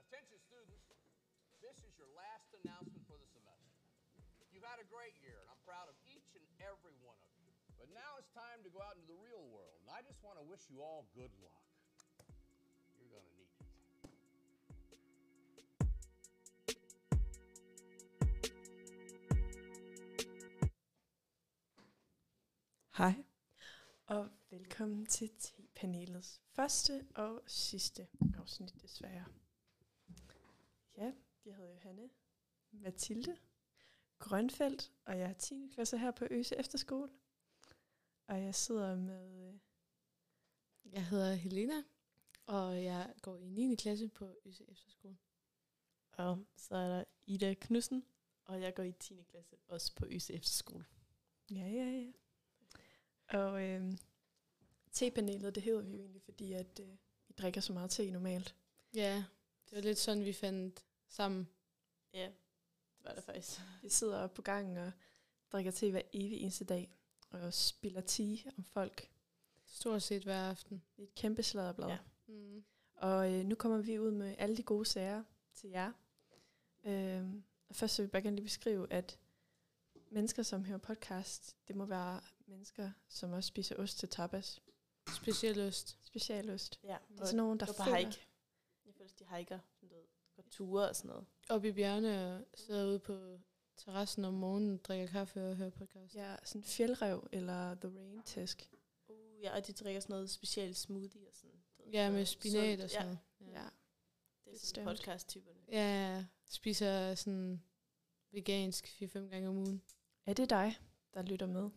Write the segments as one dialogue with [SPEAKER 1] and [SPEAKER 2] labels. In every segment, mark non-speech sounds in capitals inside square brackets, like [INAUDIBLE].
[SPEAKER 1] attention students, this is your last announcement for the semester. You've had a great year, and I'm proud of each and every one of you. But now it's time to go out into the real world, and I just want to wish you all good luck. You're going to need it.
[SPEAKER 2] Hej, og velkommen til T-panelets første og sidste afsnit, desværre. Ja, vi hedder Johanne, Mathilde, Grønfeldt, og jeg er 10. klasse her på Øse Efterskole. Og jeg sidder med... øh,
[SPEAKER 3] Jeg hedder Helena, og jeg går i 9. klasse på Øse Efterskole.
[SPEAKER 4] Og så er der Ida Knudsen, og jeg går i 10. klasse, også på Øse Efterskole.
[SPEAKER 2] Ja, ja, ja. Og øh, T-panelet, det hedder vi jo egentlig, fordi at, øh, vi drikker så meget te normalt.
[SPEAKER 3] Ja, det var lidt sådan, vi fandt sammen.
[SPEAKER 4] Ja, det var det faktisk.
[SPEAKER 2] Vi sidder oppe på gangen og drikker te hver evig eneste dag, og spiller te om folk.
[SPEAKER 3] Stort set hver aften.
[SPEAKER 2] Det er et kæmpe sladderblad. Ja.
[SPEAKER 4] Ja.
[SPEAKER 3] Mm.
[SPEAKER 2] Og øh, nu kommer vi ud med alle de gode sager til jer. Øh, først så vil jeg bare gerne lige beskrive, at mennesker, som hører podcast, det må være mennesker, som også spiser ost til tapas.
[SPEAKER 3] Speciel øst.
[SPEAKER 2] Specialost.
[SPEAKER 4] Ja,
[SPEAKER 2] Det er sådan nogen, der
[SPEAKER 4] går på
[SPEAKER 2] føler-
[SPEAKER 4] hike. Jeg føler, at de hiker, sådan noget, går ture og sådan noget.
[SPEAKER 3] Oppe i bjergene og sidder ude på terrassen om morgenen, drikker kaffe og hører podcast.
[SPEAKER 2] Ja, sådan fjeldrev eller The Rain Tæsk.
[SPEAKER 4] Uh, ja, og de drikker sådan noget specielt smoothie og sådan noget.
[SPEAKER 3] Ja, med spinat og sådan
[SPEAKER 4] ja,
[SPEAKER 3] noget.
[SPEAKER 2] Ja. ja.
[SPEAKER 4] det er
[SPEAKER 2] Bestemt.
[SPEAKER 4] sådan podcast-typerne.
[SPEAKER 3] Ja, ja. spiser sådan vegansk 4-5 gange om
[SPEAKER 4] [LAUGHS]
[SPEAKER 3] ugen.
[SPEAKER 2] Er det dig, der lytter med?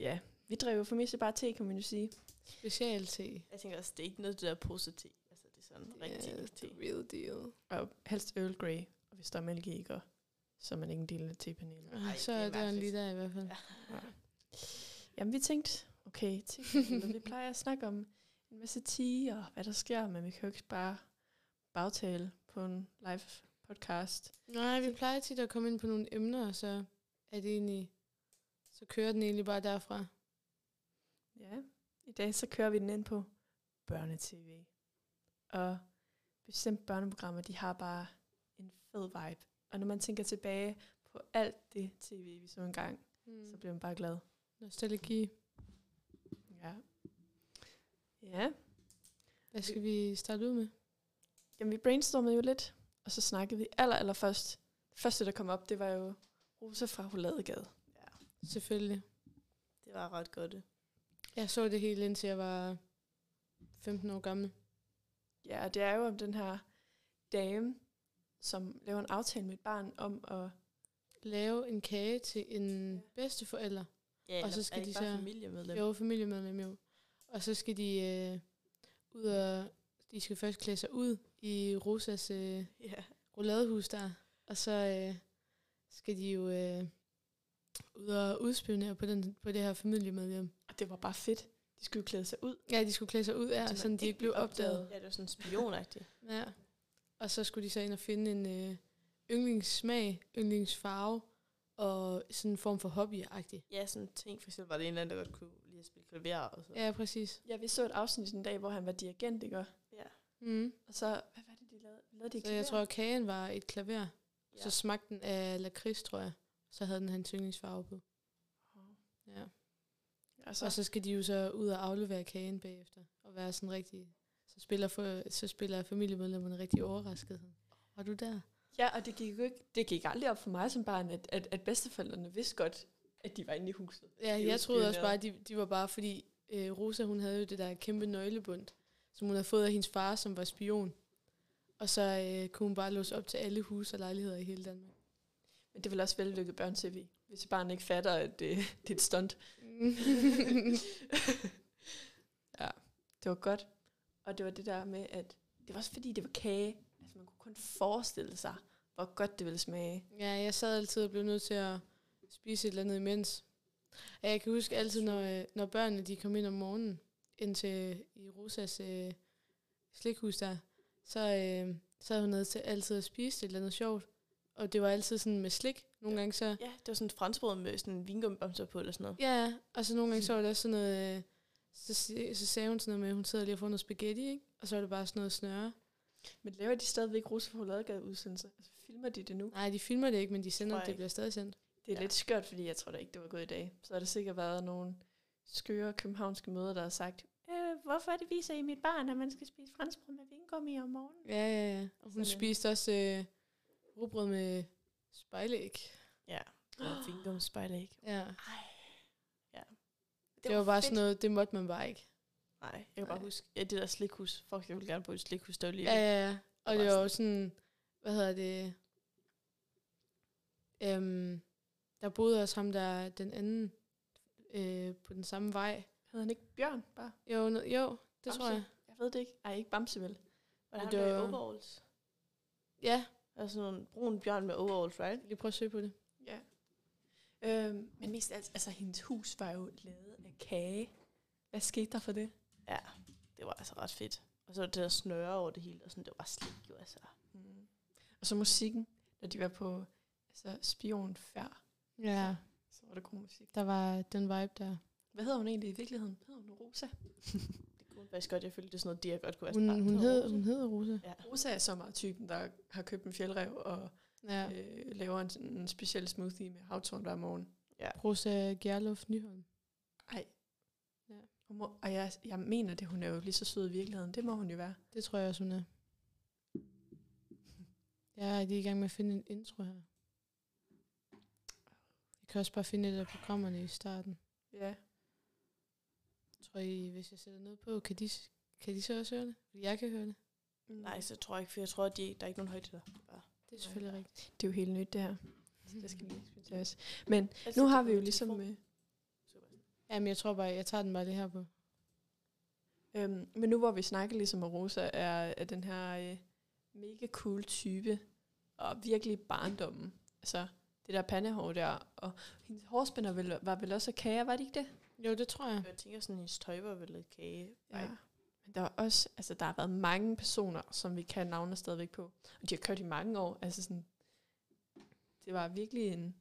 [SPEAKER 2] ja, vi drikker for mest bare te, kan man jo sige.
[SPEAKER 3] Special te.
[SPEAKER 4] Jeg tænker også, det er ikke noget af det der pose-te. Altså, det er sådan yeah,
[SPEAKER 3] Ja,
[SPEAKER 4] rigtig
[SPEAKER 3] the
[SPEAKER 4] te. [LAUGHS]
[SPEAKER 3] real deal.
[SPEAKER 2] Og helst Earl Grey, og hvis der er mælk i, ikke? Og så er man ikke en del af tepanelet.
[SPEAKER 4] Ej,
[SPEAKER 3] så
[SPEAKER 4] det er
[SPEAKER 3] er der en
[SPEAKER 4] mærkeligt.
[SPEAKER 3] liter i hvert fald.
[SPEAKER 2] Jamen, vi tænkte, okay, tepanelet, vi plejer at snakke om en masse tea og hvad der sker, men vi kan jo ikke bare bagtale på en live podcast.
[SPEAKER 3] Nej, vi plejer tit at komme ind på nogle emner, og så er det egentlig, så kører den egentlig bare derfra.
[SPEAKER 2] Ja, i dag så kører vi den ind på børnetv. Og bestemt børneprogrammer, de har bare en fed vibe. Og når man tænker tilbage på alt det tv, vi så engang,
[SPEAKER 3] Mm.
[SPEAKER 2] så bliver man bare glad.
[SPEAKER 3] Nostalgi.
[SPEAKER 2] Ja. Ja,
[SPEAKER 3] Hvad skal vi starte ud med?
[SPEAKER 2] jamen vi brainstormede jo lidt, og så snakkede vi aller, aller først. Det første, der kom op, det var jo Rosa fra Holadegade.
[SPEAKER 3] Selvfølgelig.
[SPEAKER 4] Det var ret godt. det.
[SPEAKER 3] Jeg så det hele indtil jeg var 15 år gammel.
[SPEAKER 2] Ja, og det er jo om den her dame, som laver en aftale med et barn om at...
[SPEAKER 3] Lave en kage til en
[SPEAKER 2] Ja.
[SPEAKER 3] ja. bedsteforælder.
[SPEAKER 4] Ja, eller
[SPEAKER 3] så skal
[SPEAKER 4] er det
[SPEAKER 3] de
[SPEAKER 4] ikke bare
[SPEAKER 3] så-
[SPEAKER 4] familiemedlem?
[SPEAKER 3] Jo, familiemedlem jo. Og så skal de øh, ud og... De skal først klæde sig ud i Rosas øh,
[SPEAKER 4] Ja.
[SPEAKER 3] rouladehus der. Og så øh, skal de jo øh, ud og udspionere på, den, på det her familiemedlem.
[SPEAKER 2] Og det var bare fedt. De skulle jo klæde sig ud.
[SPEAKER 3] Ja, de skulle klæde sig ud af,
[SPEAKER 2] Så
[SPEAKER 3] så
[SPEAKER 2] man
[SPEAKER 3] sådan de ikke blev opdaget.
[SPEAKER 4] Ja, det var sådan spionagtigt.
[SPEAKER 3] Ja. Og så skulle de så ind og finde en øh, yndlingssmag, yndlingsfarve og sådan en form for hobby -agtig.
[SPEAKER 4] ja, sådan ting. For eksempel var det en eller anden, der godt kunne lide at spille klaver og sådan.
[SPEAKER 3] Ja, præcis.
[SPEAKER 2] Ja, vi så et afsnit en dag, hvor han var dirigent, ikke?
[SPEAKER 4] Ja.
[SPEAKER 3] Mm.
[SPEAKER 2] Og så, hvad var det, de lavede? lavede de et
[SPEAKER 3] Så jeg
[SPEAKER 2] klaver?
[SPEAKER 3] tror, at kagen var et klaver.
[SPEAKER 4] ja.
[SPEAKER 3] Så smagte den af lakrids, tror jeg. Så havde den hans yndlingsfarve på. Ja.
[SPEAKER 2] Og
[SPEAKER 3] Og
[SPEAKER 2] så,
[SPEAKER 3] så skal de jo så ud og aflevere kagen bagefter. Og være sådan rigtig... Så spiller, for, så spiller familiemedlemmerne rigtig overrasket. Var du der?
[SPEAKER 2] ja, og det gik jo ikke, det gik aldrig op for mig som barn, at, at, at bedsteforældrene vidste godt, at de var inde i huset.
[SPEAKER 3] Ja,
[SPEAKER 2] Det er jo
[SPEAKER 3] jeg troede også bare,
[SPEAKER 2] spioneret.
[SPEAKER 3] at de, de var bare, fordi øh, Rosa, hun havde jo det der kæmpe nøglebund, som hun havde fået af hendes far, som var spion. Og så øh, kunne hun bare låse op til alle huse og lejligheder i hele
[SPEAKER 2] [LAUGHS]
[SPEAKER 3] Danmark.
[SPEAKER 2] Men det er vel også vellykket børn-tv, hvis barnet ikke fatter, at det, det er et stunt. ja, det var godt. Og det var det der med, at det var også fordi, det var kage. Altså, man kunne kun forestille sig, hvor godt det ville smage.
[SPEAKER 3] Ja, jeg sad altid og blev nødt til at spise et eller andet imens. Og jeg kan huske altid, når, øh, når børnene de kom ind om morgenen, ind til i Rosas øh, slikhus der, så, øh, så havde hun nødt til altid at spise et eller andet sjovt. Og det var altid sådan med slik. Nogle gange så
[SPEAKER 4] Ja, det var sådan et franskbrød med sådan en vingummibomser på eller sådan noget.
[SPEAKER 3] Ja, og så nogle gange så var det også sådan noget, øh, så, si- så sagde hun sådan noget med, at hun sidder lige og får noget spaghetti, ikke? Og så var det bare sådan noget snøre.
[SPEAKER 2] Men laver de stadigvæk Rosa Chokoladegade udsendelser? Altså, filmer de det nu?
[SPEAKER 3] Nej, de filmer det ikke, men de sender det.
[SPEAKER 4] Tror jeg
[SPEAKER 3] Det
[SPEAKER 4] ikke.
[SPEAKER 3] bliver stadig sendt.
[SPEAKER 2] Det er ja.
[SPEAKER 4] Ja.
[SPEAKER 2] lidt skørt, fordi jeg tror da ikke, det var gået i dag. Så har der sikkert været nogle skøre københavnske møder, der har sagt, øh, hvorfor er det viser I mit barn, at man skal spise franskbrød med vingummi om morgenen?
[SPEAKER 3] Ja, ja, ja. Og hun
[SPEAKER 2] Sådan.
[SPEAKER 3] spiste også øh, rugbrød med spejlæg.
[SPEAKER 4] Ja. Og vinkumspejle ikke.
[SPEAKER 3] Ja.
[SPEAKER 4] Ja.
[SPEAKER 3] Det, det var, bare
[SPEAKER 4] fedt.
[SPEAKER 3] sådan noget, det måtte man bare ikke.
[SPEAKER 4] Nej, jeg kan bare
[SPEAKER 3] Nej.
[SPEAKER 4] huske. Ja, det der slikhus. Fuck, jeg vil gerne bo i et slikhus, der var lige
[SPEAKER 3] Ja, ja, ja. Og
[SPEAKER 4] var
[SPEAKER 3] det var jo sådan, hvad hedder det, øhm, der boede også ham, der den anden øh, på den samme vej.
[SPEAKER 2] Hedder han ikke Bjørn bare?
[SPEAKER 3] Jo, no, jo det
[SPEAKER 2] Bamse.
[SPEAKER 3] tror jeg.
[SPEAKER 2] Jeg ved det ikke. Ej, ikke Bamse vel?
[SPEAKER 4] Var det
[SPEAKER 3] Men
[SPEAKER 4] ham
[SPEAKER 3] det
[SPEAKER 4] der i
[SPEAKER 3] var-
[SPEAKER 4] overalls?
[SPEAKER 3] Ja,
[SPEAKER 4] Der er sådan en brun bjørn med overalls, right?
[SPEAKER 3] lige prøv at søge på det.
[SPEAKER 2] Ja. Øhm, men mest af alt, altså hendes hus var jo lavet af kage. Hvad skete der for det?
[SPEAKER 4] Ja, det var altså ret fedt. Og så var det der snøre over det hele, og sådan, det var slik jo, altså.
[SPEAKER 2] Mm. Og så musikken, når de var på altså, spionfærd,
[SPEAKER 3] Ja,
[SPEAKER 2] så var det god musik.
[SPEAKER 3] der var den vibe der.
[SPEAKER 2] Hvad hedder hun egentlig i virkeligheden? Hedder hun Rosa?
[SPEAKER 4] Det kunne hun faktisk godt, jeg følte, det er sådan noget, de jeg godt kunne være
[SPEAKER 3] Hun,
[SPEAKER 4] sådan,
[SPEAKER 3] hun,
[SPEAKER 4] "Ah,
[SPEAKER 3] hed,
[SPEAKER 4] Rosa."
[SPEAKER 3] hun hed Rose.
[SPEAKER 4] Ja.
[SPEAKER 2] Rosa er så meget typen, der har købt en fjeldrev og
[SPEAKER 3] Ja,
[SPEAKER 2] ja. øh, laver en, sådan en speciel smoothie med havtorn hver morgen.
[SPEAKER 3] Rosa Gjerluf Nyholm.
[SPEAKER 2] Ej.
[SPEAKER 3] Ja.
[SPEAKER 2] Hun må, og jeg, jeg mener det, hun er jo lige så sød i virkeligheden. Det må hun jo være.
[SPEAKER 3] Det tror jeg også, hun er. Jeg er lige i gang med at finde en intro her. Jeg kan også bare finde et af programmerne i starten.
[SPEAKER 2] Ja.
[SPEAKER 3] Jeg tror I, hvis jeg sætter noget på, kan de, kan de så også høre det? Fordi jeg kan høre det.
[SPEAKER 2] Mm.
[SPEAKER 4] Nej, så tror jeg ikke, for jeg tror, at de, der er ikke nogen højtider.
[SPEAKER 3] Det er selvfølgelig rigtigt.
[SPEAKER 2] Det er jo helt nyt, det her. Så det skal vi ikke skulle tage os. Men nu har vi jo ligesom... Øh,
[SPEAKER 3] Jamen, jeg tror bare, jeg tager den bare lige her på.
[SPEAKER 2] Øhm, men nu hvor vi snakker ligesom, at Rosa er, er den her øh, mega cool type, og virkelig barndommen. Altså, det der pandehår der, og hendes hårspænder vel, var vel også af kage, var det ikke det?
[SPEAKER 3] Jo, det tror jeg.
[SPEAKER 4] Jeg tænker sådan, hendes tøj var vel lidt kage. vibe.
[SPEAKER 2] Men der er også, altså der har været mange personer, som vi kan navne stadigvæk på. Og de har kørt i mange år. Altså sådan, det var virkelig en,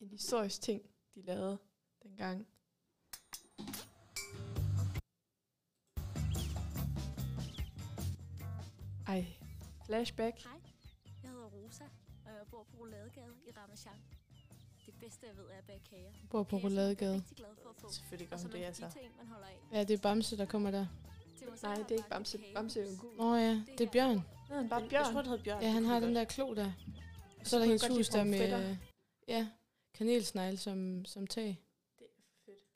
[SPEAKER 2] en historisk ting, de lavede dengang. Ej, flashback.
[SPEAKER 5] Jeg hedder Rosa, og jeg bor på Rouladegade i Ramachan. Det bedste, jeg ved, er at bage kager.
[SPEAKER 3] Jeg bor på
[SPEAKER 5] Kager, som jeg bliver
[SPEAKER 3] Rouladegade.
[SPEAKER 5] rigtig glad for at få.
[SPEAKER 4] Selvfølgelig gør
[SPEAKER 5] Og så
[SPEAKER 4] hun
[SPEAKER 5] man
[SPEAKER 4] det,
[SPEAKER 5] kan
[SPEAKER 4] altså.
[SPEAKER 5] give til en, man holder af.
[SPEAKER 3] Ja, det er Bamse, der kommer der.
[SPEAKER 5] Til mig selv
[SPEAKER 2] Nej,
[SPEAKER 5] har
[SPEAKER 2] det er ikke
[SPEAKER 5] jeg bagt
[SPEAKER 2] Bamse.
[SPEAKER 5] et kagehus.
[SPEAKER 2] Bamse er jo gul.
[SPEAKER 3] Nå ja, det er Bjørn.
[SPEAKER 2] Nå, han bare
[SPEAKER 4] Jeg
[SPEAKER 2] bjørn.
[SPEAKER 4] tror, det hed Bjørn.
[SPEAKER 3] Ja,
[SPEAKER 4] det
[SPEAKER 3] han
[SPEAKER 4] kunne
[SPEAKER 3] har
[SPEAKER 4] jeg
[SPEAKER 3] den
[SPEAKER 4] godt.
[SPEAKER 3] der klo der. Og så er der
[SPEAKER 2] kunne jeg
[SPEAKER 3] hendes
[SPEAKER 2] godt lide
[SPEAKER 3] hus der med
[SPEAKER 2] pomfritter.
[SPEAKER 3] ja, kanelsnegle som, som tag.
[SPEAKER 2] Det er fedt.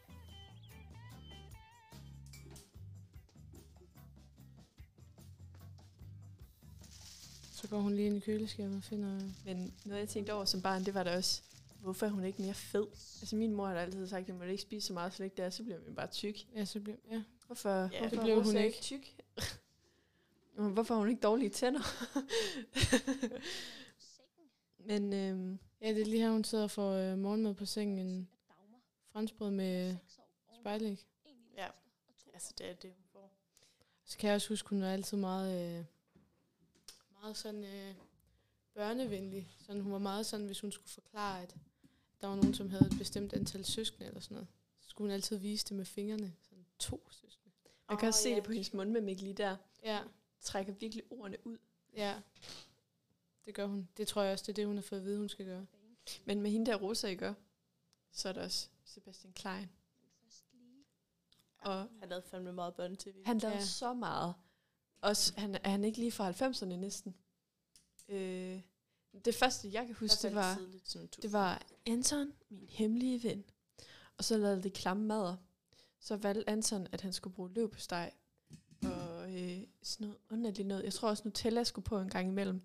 [SPEAKER 3] Så går hun lige ind i køleskabet og finder...
[SPEAKER 2] Men noget, jeg tænkte over som barn, det var da også, hvorfor er hun ikke mere fed? Altså min mor har da altid sagt, at man ikke spise så meget slik der, så bliver man bare tyk.
[SPEAKER 3] Ja, så bliver... Ja.
[SPEAKER 2] Hvorfor, ja, hvorfor
[SPEAKER 3] det
[SPEAKER 2] er
[SPEAKER 3] blev
[SPEAKER 2] Rosa
[SPEAKER 3] hun
[SPEAKER 2] ikke tyk? Men hvorfor har hun ikke dårlige tænder? Men øhm,
[SPEAKER 3] ja, det er lige her, hun sidder og får øh, morgenmad på sengen. En franskbrød med spejlæg.
[SPEAKER 4] Ja. Altså, det er det, hun får.
[SPEAKER 3] Så kan jeg også huske, hun var altid meget... Øh, meget sådan... Øh, børnevenlig. Sådan, hun var meget sådan, hvis hun skulle forklare, at der var nogen, som havde et bestemt antal søskende eller sådan noget. Så skulle hun altid vise det med fingrene. Sådan to søskende.
[SPEAKER 2] man kan
[SPEAKER 4] Åh,
[SPEAKER 2] også se
[SPEAKER 4] ja.
[SPEAKER 2] det på hendes mundmimik lige der.
[SPEAKER 3] Ja.
[SPEAKER 2] Trækker virkelig ordene ud.
[SPEAKER 3] Ja, det gør hun. Det tror jeg også, det er det, hun har fået at vide, hun skal gøre.
[SPEAKER 2] Men med hende der Rosa, I gør, så er der også Sebastian Klein. Og
[SPEAKER 4] Han lavede fandme meget børnetv.
[SPEAKER 2] han lavede
[SPEAKER 3] Ja.
[SPEAKER 2] ja. så meget. Også, han, er han ikke lige fra 90'erne næsten? Øh, det første, jeg kan huske, det var...
[SPEAKER 4] tidligt, sådan
[SPEAKER 2] Det var Anton, min hemmelige ven. Og så lavede de klamme madder. Så valgte Anton, at han skulle bruge løb på steg. Og øh, sådan noget underligt noget. Jeg tror også, Nutella skulle på en gang imellem.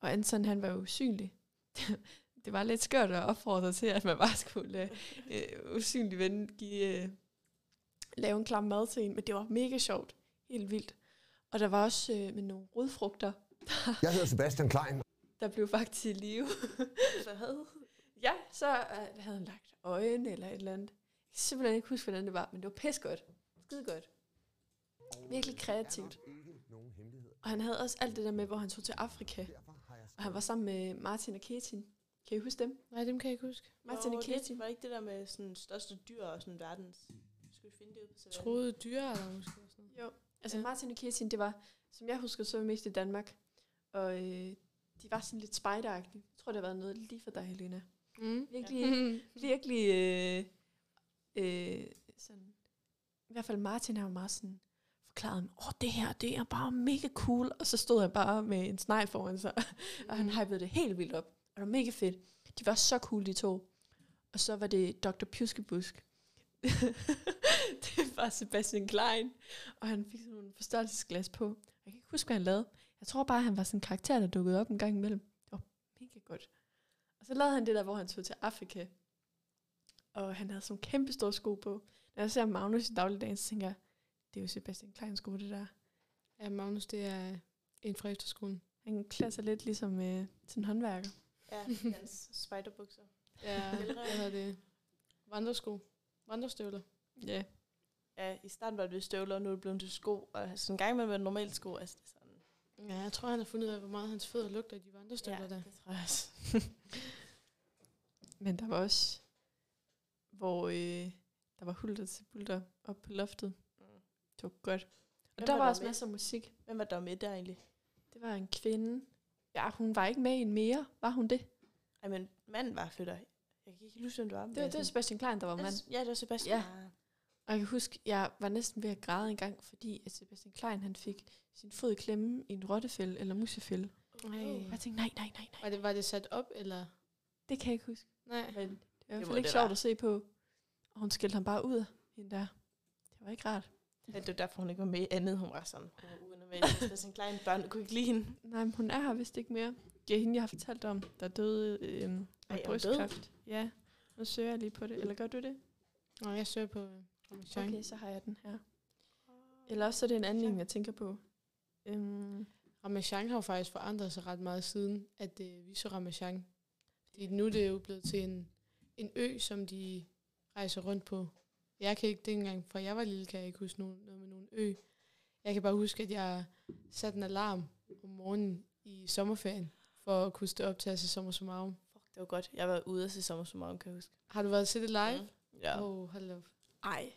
[SPEAKER 2] Og Anton, han var jo usynlig. [LAUGHS] det var lidt skørt at opfordre til, at man bare skulle lade øh, usynlig ven give, øh, lave en klam mad til en. Men det var mega sjovt. Helt vildt. Og der var også øh, med nogle rødfrugter,
[SPEAKER 6] Jeg hedder Sebastian Klein,
[SPEAKER 2] der blev faktisk til live.
[SPEAKER 4] Hvad?
[SPEAKER 2] Ja, så øh, havde han lagt øjne eller et eller andet. Jeg kan simpelthen ikke huske, hvordan det var, men det var pis godt. Skide godt. Virkelig kreativt. Og han havde også alt det der med, hvor han tog til Afrika. Og han var sammen med Martin og Ketin. Kan I huske dem?
[SPEAKER 3] Nej, dem kan jeg ikke huske.
[SPEAKER 2] Martin
[SPEAKER 4] Nå,
[SPEAKER 2] og
[SPEAKER 4] det
[SPEAKER 2] Ketin.
[SPEAKER 4] Var det ikke det der med sådan største dyr og sådan verdens? Skal vi finde det ud på savannen?
[SPEAKER 3] Troede dyre, eller måske. Sådan. noget.
[SPEAKER 2] Jo. Altså
[SPEAKER 3] Ja.
[SPEAKER 2] Martin og Ketin, det var som jeg husker, så var vi mest i Danmark. Og øh, de var sådan lidt spejderagtige. Jeg tror, det har været noget lige for dig, Helena.
[SPEAKER 3] Mm.
[SPEAKER 2] Virkelig, ja.
[SPEAKER 3] [LAUGHS]
[SPEAKER 2] virkelig, øh, øh, sådan, i hvert fald Martin har jo meget sådan forklaret mig, åh, det her, det er bare mega cool, og så stod jeg bare med en snegl foran sig, [LAUGHS] og han hypede det helt vildt op, og det var mega fedt. De var så cool, de to. Og så var det Dr. Pjuskebusk. [LAUGHS] det var Sebastian Klein, og han fik sådan nogle forstørrelsesglas på. Jeg kan ikke huske, hvad han lavede. Jeg tror bare, han var sådan en karakter, der dukkede op en gang imellem. Det var mega godt. Og så lavede han det der, hvor han tog til Afrika. Og han havde sådan kæmpe store sko på. Når jeg ser Magnus i dagligdagen, så tænker jeg, det er jo Sebastian Kleins sko, det der.
[SPEAKER 3] Ja, Magnus, det er en fra efterskolen.
[SPEAKER 2] Han klæder sig lidt ligesom øh, sådan en håndværker.
[SPEAKER 4] Ja, hans spiderbukser.
[SPEAKER 3] Ja, [LAUGHS] hvad hedder det? Vandresko. Vandrestøvler.
[SPEAKER 2] Ja.
[SPEAKER 4] Ja, i starten var det støvler, og nu er det blevet til sko. Og sådan en gang med normalt sko, altså det er sådan.
[SPEAKER 3] Ja, jeg tror, han har fundet ud af, hvor meget hans fødder lugter af de vandrestøvler ja. der.
[SPEAKER 4] det tror jeg også.
[SPEAKER 2] Men der var også, hvor øh, der var hulter til bulter op på loftet.
[SPEAKER 4] Mm.
[SPEAKER 2] Det var godt. Og
[SPEAKER 4] Hvem
[SPEAKER 2] der
[SPEAKER 4] var
[SPEAKER 2] var,
[SPEAKER 4] der
[SPEAKER 2] også
[SPEAKER 4] med?
[SPEAKER 2] masser af musik.
[SPEAKER 4] Hvem var der med der egentlig?
[SPEAKER 2] Det var en kvinde. Ja, hun var ikke med i en mere. Var hun det?
[SPEAKER 4] Ej, men manden var født af- Jeg kan ikke huske, hvem du var. men
[SPEAKER 2] Det var, det var
[SPEAKER 4] sådan-
[SPEAKER 2] Sebastian Klein, der var mand.
[SPEAKER 4] Ja, det var
[SPEAKER 2] Ja.
[SPEAKER 4] Sebastian.
[SPEAKER 2] Altså, Og jeg kan huske, jeg var næsten ved at græde en gang, fordi at Sebastian Klein han fik sin fod i klemme i en rottefælde eller musefælde. Og
[SPEAKER 3] Nej.
[SPEAKER 2] jeg tænkte, nej, nej, nej, nej.
[SPEAKER 3] Var det, var det sat op, eller?
[SPEAKER 2] Det kan jeg ikke huske.
[SPEAKER 3] Nej.
[SPEAKER 2] Men det var i hvert
[SPEAKER 4] må
[SPEAKER 2] fald ikke
[SPEAKER 4] det
[SPEAKER 2] sjovt
[SPEAKER 4] være.
[SPEAKER 2] at se på. Og hun skældte ham bare ud, hende der. Det var ikke rart.
[SPEAKER 4] Ja, det var derfor, hun ikke var med i andet. Hun var sådan, hun var uvenner med Sebastian Klein. Børn kunne ikke lide hende.
[SPEAKER 2] Nej, men hun er her vist ikke mere. Det er hende, jeg har fortalt om, der døde øh, af
[SPEAKER 4] Ej, er hun død?
[SPEAKER 2] brystkræft. Ja, nu søger jeg lige på det. Eller gør du det?
[SPEAKER 3] Nå, jeg søger på øh, Ramachan.
[SPEAKER 2] Okay, så har jeg den her.
[SPEAKER 4] Ah.
[SPEAKER 2] Eller også så er det en anden en, jeg tænker på. Øhm,
[SPEAKER 3] Ramachan har jo faktisk forandret sig ret meget siden, at øh, vi så Ramachan. Fordi nu er det jo blevet til en, en ø, som de rejser rundt på. Jeg kan ikke dengang, for jeg var lille, kan jeg ikke huske nogen, noget med nogen ø. Jeg kan bare huske, at jeg satte en alarm om morgenen i sommerferien, for at kunne stå op til at se sommer som arm.
[SPEAKER 4] Fuck, det var godt. Jeg var ude og se sommer som kan jeg huske. Mm.
[SPEAKER 3] Har du været til det live?
[SPEAKER 4] Ja.
[SPEAKER 3] Åh, oh, hold op.
[SPEAKER 2] ej,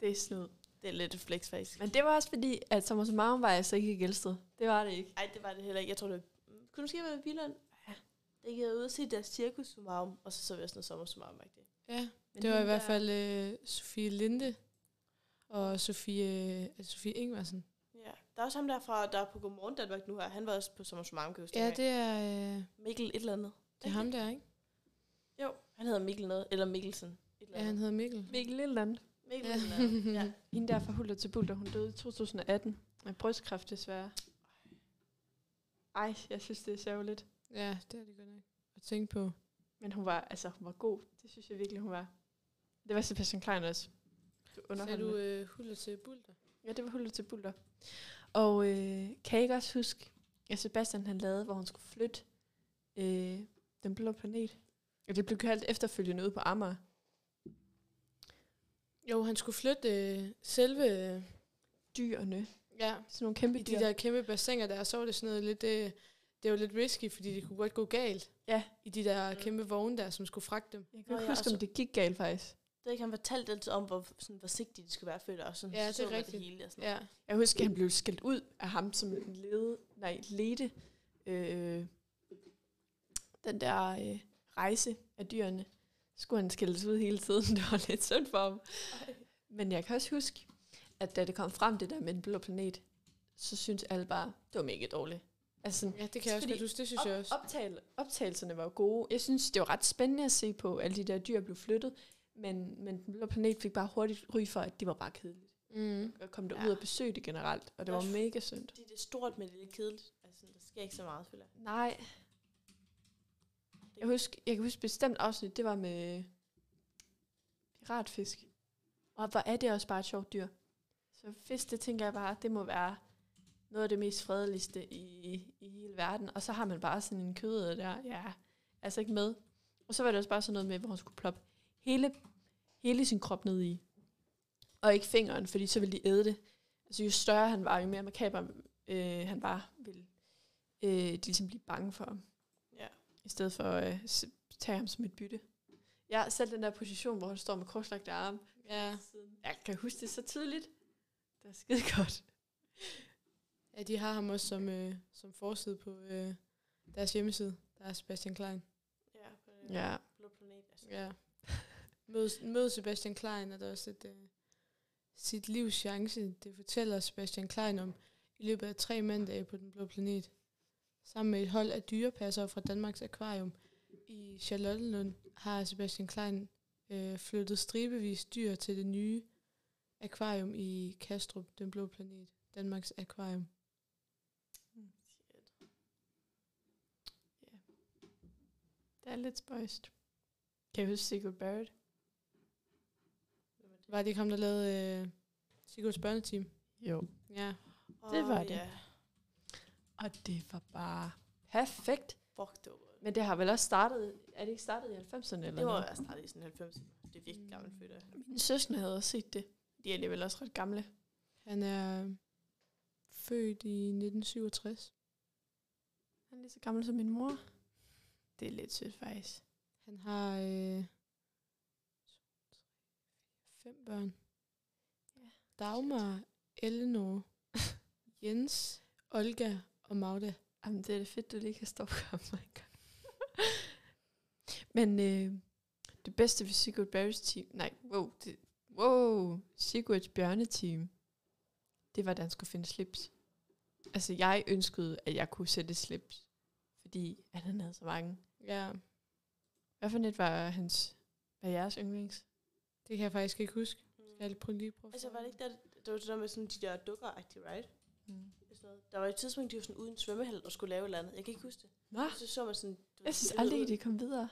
[SPEAKER 2] det er snyd.
[SPEAKER 4] Det er lidt et flex, faktisk.
[SPEAKER 2] Men det var også fordi, at Thomas og Marvin var altså ikke i Gældsted. Det var det ikke.
[SPEAKER 4] Ej, det var det heller ikke. Jeg tror, det var... mm, Kunne du måske have været i Villand? Ja. Det gik jeg ude og se deres cirkus sumarum, og så så vi også noget sommer sumarum, ikke det?
[SPEAKER 3] Ja,
[SPEAKER 4] Men
[SPEAKER 3] det var i
[SPEAKER 4] hende
[SPEAKER 3] hvert
[SPEAKER 4] der-
[SPEAKER 3] fald øh, Sofie Linde og Sofie, øh, Sofie Ingvarsen.
[SPEAKER 4] Ja. Der er også ham der fra, der er på Godmorgen Danmark nu her. Han var også på sommer sumarum, kan jeg huske.
[SPEAKER 3] Ja,
[SPEAKER 4] dengang.
[SPEAKER 3] det er, øh,
[SPEAKER 4] Mikkel et eller andet.
[SPEAKER 3] det er ham der, ikke?
[SPEAKER 4] Jo. Han hedder Mikkel noget, eller Mikkelsen. Et eller
[SPEAKER 3] Ja, han
[SPEAKER 4] andet.
[SPEAKER 3] hedder Mikkel.
[SPEAKER 2] Mikkel Lilleland.
[SPEAKER 4] Mikkel
[SPEAKER 3] Ja.
[SPEAKER 4] ja. et eller andet.
[SPEAKER 3] [LAUGHS]
[SPEAKER 4] Ja.
[SPEAKER 2] Hende der fra Hulter til Bulter, hun døde i 2018 af brystkræft desværre. Ej, jeg synes, det er sørgeligt.
[SPEAKER 3] Ja, det er det godt nok at tænke på.
[SPEAKER 2] Men hun var, altså, hun var god. Det synes jeg virkelig, hun var. Det var Sebastian Klein også. Du
[SPEAKER 3] Sagde
[SPEAKER 2] underholdende.
[SPEAKER 3] du
[SPEAKER 2] Du,
[SPEAKER 3] øh, huller til bulter?
[SPEAKER 2] Ja, det var Hulter til Bulter. Og øh, kan I ikke også huske, at Sebastian han lavede, hvor hun skulle flytte øh, den blå planet? Og det blev kaldt efterfølgende ud på Amager.
[SPEAKER 3] Jo, han skulle flytte øh, selve... Øh,
[SPEAKER 2] Dyrene.
[SPEAKER 3] ja,
[SPEAKER 2] Sådan nogle kæmpe
[SPEAKER 3] i de
[SPEAKER 2] dyr.
[SPEAKER 3] der kæmpe bassiner der, så var det sådan noget lidt... Øh, det var lidt risky, fordi det kunne godt gå galt.
[SPEAKER 2] Ja.
[SPEAKER 3] I de der
[SPEAKER 4] Mm.
[SPEAKER 3] kæmpe vogne der, som skulle fragte dem.
[SPEAKER 2] Jeg kan
[SPEAKER 4] Nå
[SPEAKER 2] ikke
[SPEAKER 4] ja,
[SPEAKER 2] huske,
[SPEAKER 4] og
[SPEAKER 2] om det gik galt faktisk.
[SPEAKER 4] Det er ikke, han fortalte altid om, hvor, sådan, hvor sigtige de skulle være født, og sådan,
[SPEAKER 3] Ja, det
[SPEAKER 4] så
[SPEAKER 3] er
[SPEAKER 4] man
[SPEAKER 3] rigtigt.
[SPEAKER 4] Det hele, og sådan.
[SPEAKER 3] Ja.
[SPEAKER 2] Jeg husker, at han blev skældt ud af ham, som lede, nej, ledte øh, den der øh, rejse af dyrene. Så Skulle han skældes ud hele tiden, [LAUGHS] det var lidt synd for ham. Men jeg kan også huske, at da det kom frem, det der med den blå planet, så synes alle bare, det var mega dårligt. Altså, sådan,
[SPEAKER 3] ja, det kan jeg også
[SPEAKER 2] Fordi
[SPEAKER 3] godt huske. Det synes jeg også.
[SPEAKER 2] op, optagel, optagelserne var jo gode. Jeg synes, det var ret spændende at se på, at alle de der dyr blev flyttet. Men, men den blå planet fik bare hurtigt ry for, at det var bare kedeligt
[SPEAKER 3] Mm.
[SPEAKER 2] og kom derud
[SPEAKER 4] Ja.
[SPEAKER 2] og besøgte det generelt, og det
[SPEAKER 4] Ja.
[SPEAKER 2] var mega synd.
[SPEAKER 4] Fordi det er stort, men det er lidt kedeligt. Altså, der sker ikke så meget, føler jeg.
[SPEAKER 2] Nej. Jeg, husker, jeg kan huske et bestemt afsnit, det var med piratfisk. Og hvor er det også bare et sjovt dyr. Så fisk, det tænker jeg bare, det må være noget af det mest fredeligste i, i hele verden. Og så har man bare sådan en kød der, ja, altså ikke med. Og så var det også bare sådan noget med, hvor hun skulle ploppe hele, hele sin krop ned i. Og ikke fingeren, fordi så ville de æde det. Altså jo større han var, jo mere makaber øh, han var, ville øh, de ligesom blive bange for ham.
[SPEAKER 4] Ja.
[SPEAKER 2] I stedet for at øh, s- tage ham som et bytte. Ja, selv den der position, hvor han står med korslagte arme.
[SPEAKER 3] Ja.
[SPEAKER 2] Jeg kan huske det så tydeligt. Det er skide godt.
[SPEAKER 3] Ja, de har ham også som, øh, som forside på øh, deres hjemmeside. Der er Sebastian Klein.
[SPEAKER 4] Ja, på den
[SPEAKER 2] Ja.
[SPEAKER 4] blå planet. Altså.
[SPEAKER 3] Ja. Mød, mød Sebastian Klein er der også et, øh, sit livs chance. Det fortæller Sebastian Klein om i løbet af tre mandage på den blå planet. Sammen med et hold af dyrepassere fra Danmarks Akvarium i Charlottenlund har Sebastian Klein øh, flyttet stribevis dyr til det nye akvarium i Kastrup, den blå planet, Danmarks Akvarium.
[SPEAKER 4] Shit.
[SPEAKER 2] Det er lidt spøjst. Kan jeg huske Sigurd Barrett?
[SPEAKER 4] Hvem er det?
[SPEAKER 3] Var det ikke ham, der lavede øh, Sigurds børneteam?
[SPEAKER 2] Jo.
[SPEAKER 3] Ja.
[SPEAKER 2] Det
[SPEAKER 4] Åh,
[SPEAKER 2] var det.
[SPEAKER 4] Ja.
[SPEAKER 2] Og det var bare perfekt.
[SPEAKER 4] Fuck, det var godt.
[SPEAKER 2] Men det har vel også startet, er det ikke startet i 90'erne eller
[SPEAKER 4] Det var
[SPEAKER 2] noget? Mm.
[SPEAKER 4] jeg startede i sådan 90'erne. Det er virkelig gammelt født af.
[SPEAKER 2] Min søsken havde også set det. De er alligevel også ret gamle.
[SPEAKER 3] Han er øh, født i 1967.
[SPEAKER 2] Han er lige så gammel som min mor. Det er lidt sødt faktisk.
[SPEAKER 3] Han har øh, fem børn.
[SPEAKER 2] Ja.
[SPEAKER 3] Dagmar,
[SPEAKER 4] [LAUGHS]
[SPEAKER 3] Elinor, Jens, Olga og Magda.
[SPEAKER 2] Jamen, det er det fedt, du lige kan stoppe [LAUGHS] mig en gang. Men øh, det bedste ved Sigurd Barrys team, nej, wow, det, wow, Sigurds bjørneteam, det var, at han skulle finde slips. Altså, jeg ønskede, at jeg kunne sætte slips, fordi at han havde så mange.
[SPEAKER 3] Ja,
[SPEAKER 2] Hvad for net var hans, var jeres yndlings?
[SPEAKER 3] det kan jeg faktisk ikke huske. Jeg
[SPEAKER 4] Mm.
[SPEAKER 3] vil prøve lige prøve. at
[SPEAKER 4] Altså, var det
[SPEAKER 3] finde-
[SPEAKER 4] ikke der, det var det der med sådan de der dukker right?
[SPEAKER 2] Mm.
[SPEAKER 4] Sådan noget. Der var et tidspunkt, de var sådan uden svømmehal og skulle lave et eller andet. Jeg kan ikke huske det.
[SPEAKER 2] Nå,
[SPEAKER 4] Så så man sådan... Du ved,
[SPEAKER 2] jeg synes
[SPEAKER 4] billeder
[SPEAKER 2] aldrig,
[SPEAKER 4] ud.
[SPEAKER 2] det kom videre.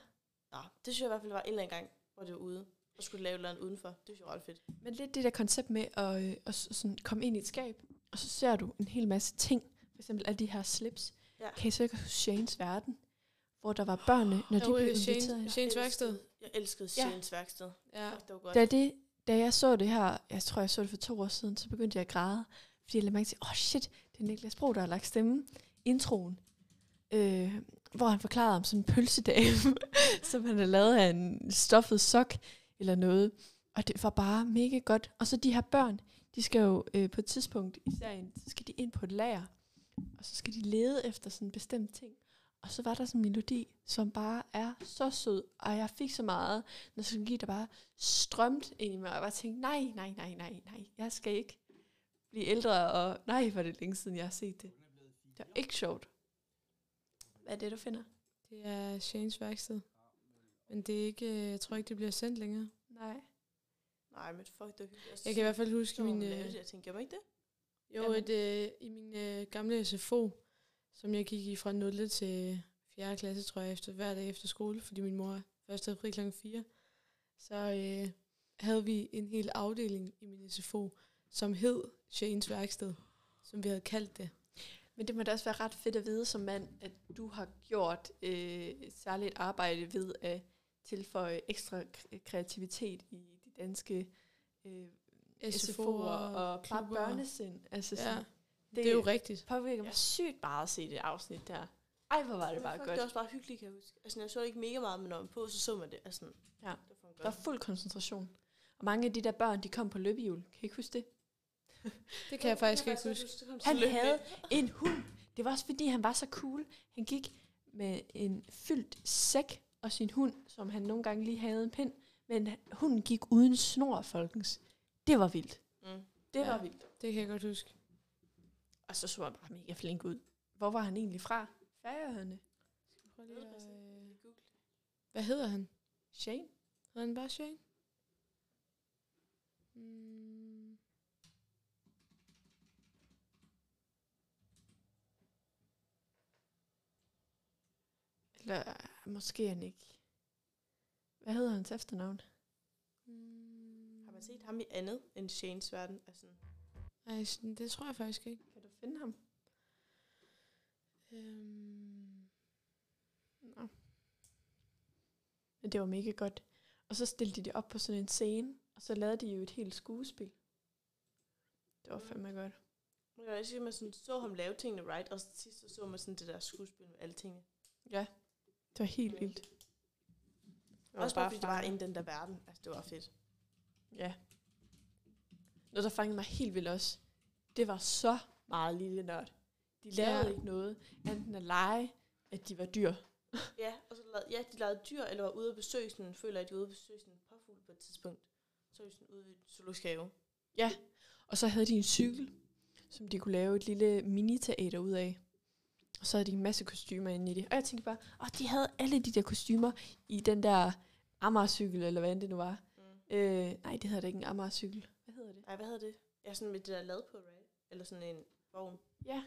[SPEAKER 4] Nå, det synes jeg i hvert fald var en eller anden gang, hvor det var ude og skulle lave et eller andet udenfor. Det synes jeg var ret fedt.
[SPEAKER 2] Men lidt det der koncept med at, øh, at s- sådan komme ind i et skab, og så ser du en hel masse ting. For eksempel alle de her slips.
[SPEAKER 4] Ja.
[SPEAKER 2] Kan I så ikke huske Shanes verden? Hvor der var børnene, når de
[SPEAKER 3] Jo,
[SPEAKER 2] blev
[SPEAKER 3] øh, Shanes-
[SPEAKER 2] inviteret. ind?
[SPEAKER 3] Shanes
[SPEAKER 4] Jeg
[SPEAKER 3] værksted.
[SPEAKER 4] elskede- Jeg elskede
[SPEAKER 2] Ja.
[SPEAKER 4] Shanes værksted.
[SPEAKER 3] Ja.
[SPEAKER 4] Fuck, det var godt.
[SPEAKER 2] Da, det, da jeg så det her, jeg tror jeg så det for to år siden, så begyndte jeg at græde. Fordi jeg lagde mærke til, åh oh shit, det er Niklas Bro, der har lagt stemmen. Introen. Øh, hvor han forklarede om sådan en pølsedame, [LAUGHS] som han havde lavet af en stoffet sok eller noget. Og det var bare mega godt. Og så de her børn, de skal jo øh, på et tidspunkt i serien, så skal de ind på et lager, og så skal de lede efter sådan en bestemt ting. Og så var der sådan en melodi, som bare er så sød, og jeg fik så meget, når sådan gik der bare strømt ind i mig, og jeg bare tænkte, nej, nej, nej, nej, nej, jeg skal ikke blive ældre, og nej, hvor er det længe siden, jeg har set det. Det er ikke sjovt. Hvad er det, du finder?
[SPEAKER 3] Det er Shanes værksted. Men det er ikke, øh, jeg tror ikke, det bliver sendt længere.
[SPEAKER 2] Nej.
[SPEAKER 4] Nej, men fuck, det var hyggeligt.
[SPEAKER 3] Jeg kan i hvert fald huske min...
[SPEAKER 4] min...
[SPEAKER 3] øh,
[SPEAKER 4] Jeg tænkte, gjorde man ikke det?
[SPEAKER 3] Jo,
[SPEAKER 4] Jamen.
[SPEAKER 3] et, øh, i min øh, gamle SFO, som jeg gik i fra 0. til 4. klasse, tror jeg, efter, hver dag efter skole, fordi min mor først havde fri klokken 4, så øh, havde vi en hel afdeling i min SFO, som hed Shanes Værksted, som vi havde kaldt det.
[SPEAKER 2] Men det må da også være ret fedt at vide som mand, at du har gjort øh, et særligt arbejde ved at tilføje ekstra k- kreativitet i de danske øh, SFO'er og bare
[SPEAKER 3] klubber.
[SPEAKER 2] børnesind. Altså,
[SPEAKER 3] Ja,
[SPEAKER 2] sådan,
[SPEAKER 3] det, det er jo rigtigt.
[SPEAKER 2] påvirker mig sygt bare at se det afsnit der. Ej, hvor var det bare
[SPEAKER 4] fuck,
[SPEAKER 2] godt.
[SPEAKER 4] Det var også bare hyggeligt, kan jeg huske. Altså, jeg så det ikke mega meget, men når man på, så så man det. Altså, sådan,
[SPEAKER 2] Ja.
[SPEAKER 4] Det var
[SPEAKER 2] Der var
[SPEAKER 4] godt.
[SPEAKER 2] fuld koncentration. Og mange af de der børn, de kom på løbehjul. Kan I ikke huske det?
[SPEAKER 3] Det kan jeg faktisk ikke huske.
[SPEAKER 2] Han havde en hund. Det var også fordi, han var så cool. Han gik med en fyldt sæk og sin hund, som han nogle gange lige havde en pind. Men hunden gik uden snor, folkens. Det var vildt.
[SPEAKER 4] Mm.
[SPEAKER 2] Det
[SPEAKER 3] Ja.
[SPEAKER 2] var vildt.
[SPEAKER 3] Det kan jeg godt huske.
[SPEAKER 2] Og så så han bare mega flink ud. Hvor var han egentlig fra? Færøerne.
[SPEAKER 3] Prøv lige at, øh, hvad hedder han?
[SPEAKER 2] Shane.
[SPEAKER 3] Hedder han bare Shane? Mm.
[SPEAKER 2] Eller ah, måske han ikke. Hvad hedder hans efternavn?
[SPEAKER 3] Mm.
[SPEAKER 4] Har man set ham i andet end Shanes verden? Altså,
[SPEAKER 3] Ej, sådan- det tror jeg faktisk ikke.
[SPEAKER 2] Kan du finde ham?
[SPEAKER 3] Øhm.
[SPEAKER 2] Nå. Men det var mega godt. Og så stillede de det op på sådan en scene, og så lavede de jo et helt skuespil. Det var
[SPEAKER 4] Mm.
[SPEAKER 2] fandme godt.
[SPEAKER 4] man kan også sige, at man sådan, så ham lave tingene right, og til sidst så, så man sådan det der skuespil med alle tingene.
[SPEAKER 2] Det var helt vildt. Det var
[SPEAKER 4] Også bare fordi det var
[SPEAKER 2] fanget.
[SPEAKER 4] inden den der verden. Altså, det var fedt.
[SPEAKER 2] Ja. Noget, der fangede mig helt vildt også, det var så meget lille nørd. De lavede
[SPEAKER 3] Ja.
[SPEAKER 2] ja. ikke noget, enten at lege, at de var dyr.
[SPEAKER 4] Ja, og så lavede, ja, de lavede dyr, eller var ude at besøge sådan, føler, at de var ude at besøge sådan en påfugl på et tidspunkt. Så var de sådan ude ved zoologisk have.
[SPEAKER 2] Og så havde de en cykel, som de kunne lave et lille miniteater ud af. Og så havde de en masse kostymer inde i det. Og jeg tænkte bare, åh, de havde alle de der kostymer i den der Amager-cykel, eller hvad end det nu var.
[SPEAKER 4] Mm.
[SPEAKER 2] Øh, nej, det hedder da ikke en Amager-cykel. Hvad hedder det?
[SPEAKER 4] Nej, hvad hedder det? Ja, sådan med det der lad på, right? Eller sådan en vogn.
[SPEAKER 2] Ja.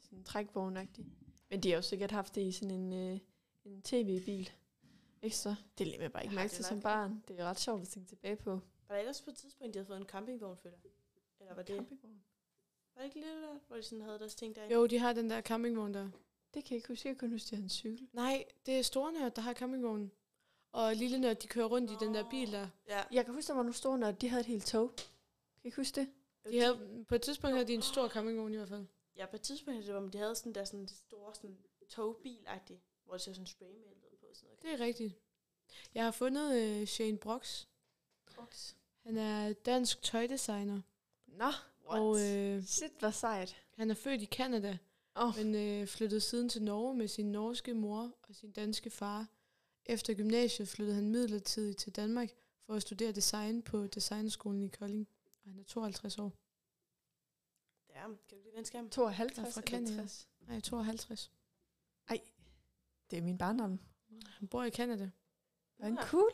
[SPEAKER 2] Sådan en trækvognagtig. Men de har jo sikkert haft det i sådan en, øh, en tv-bil. Ikke så? Det lægger jeg bare ikke
[SPEAKER 4] Nej,
[SPEAKER 2] mærke
[SPEAKER 4] det
[SPEAKER 2] til
[SPEAKER 4] er
[SPEAKER 2] som
[SPEAKER 4] nok-
[SPEAKER 2] barn. Det er ret sjovt at tænke tilbage på.
[SPEAKER 4] Var der ellers på et tidspunkt, de havde fået en campingvogn, føler jeg? Eller var det,
[SPEAKER 2] Campingvogn.
[SPEAKER 4] var det ikke lige det der, hvor de sådan havde deres ting derinde?
[SPEAKER 3] Jo, de har den der campingvogn der.
[SPEAKER 2] Det kan jeg ikke huske. Jeg kunne huske, at en cykel.
[SPEAKER 3] Nej, det er Stornørd, der har campingvognen. Og Lille Nørd, de kører rundt i den der bil der.
[SPEAKER 4] Ja.
[SPEAKER 2] Jeg kan huske, der var nogle store, når de havde et helt tog. Kan I ikke huske det?
[SPEAKER 3] De havde, på et tidspunkt havde de en stor campingvogn i hvert fald.
[SPEAKER 4] Ja, på et tidspunkt, havde det, hvor de havde sådan der sådan det store sådan togbil hvor det så sådan spraymalet ud på. Sådan noget.
[SPEAKER 3] Det er rigtigt. Jeg har fundet øh, Shane Brox.
[SPEAKER 4] Box.
[SPEAKER 3] Han er dansk tøjdesigner.
[SPEAKER 2] Nå,
[SPEAKER 4] What?
[SPEAKER 3] Og øh,
[SPEAKER 2] shit, hvor sejt.
[SPEAKER 3] han er født i Kanada,
[SPEAKER 2] Åh.
[SPEAKER 3] men øh, flyttede siden til Norge med sin norske mor og sin danske far. Efter gymnasiet flyttede han midlertidigt til Danmark for at studere design på Designskolen i Kolding. Og han er 52 år.
[SPEAKER 4] Damn, kan du lige vende skærmen?
[SPEAKER 2] 52
[SPEAKER 3] Jeg er fra
[SPEAKER 2] eller
[SPEAKER 3] Kenya.
[SPEAKER 2] 60?
[SPEAKER 3] Nej, 52.
[SPEAKER 2] Det er min barndom.
[SPEAKER 3] Han bor i Kanada.
[SPEAKER 2] Var han
[SPEAKER 4] Ja.
[SPEAKER 2] cool?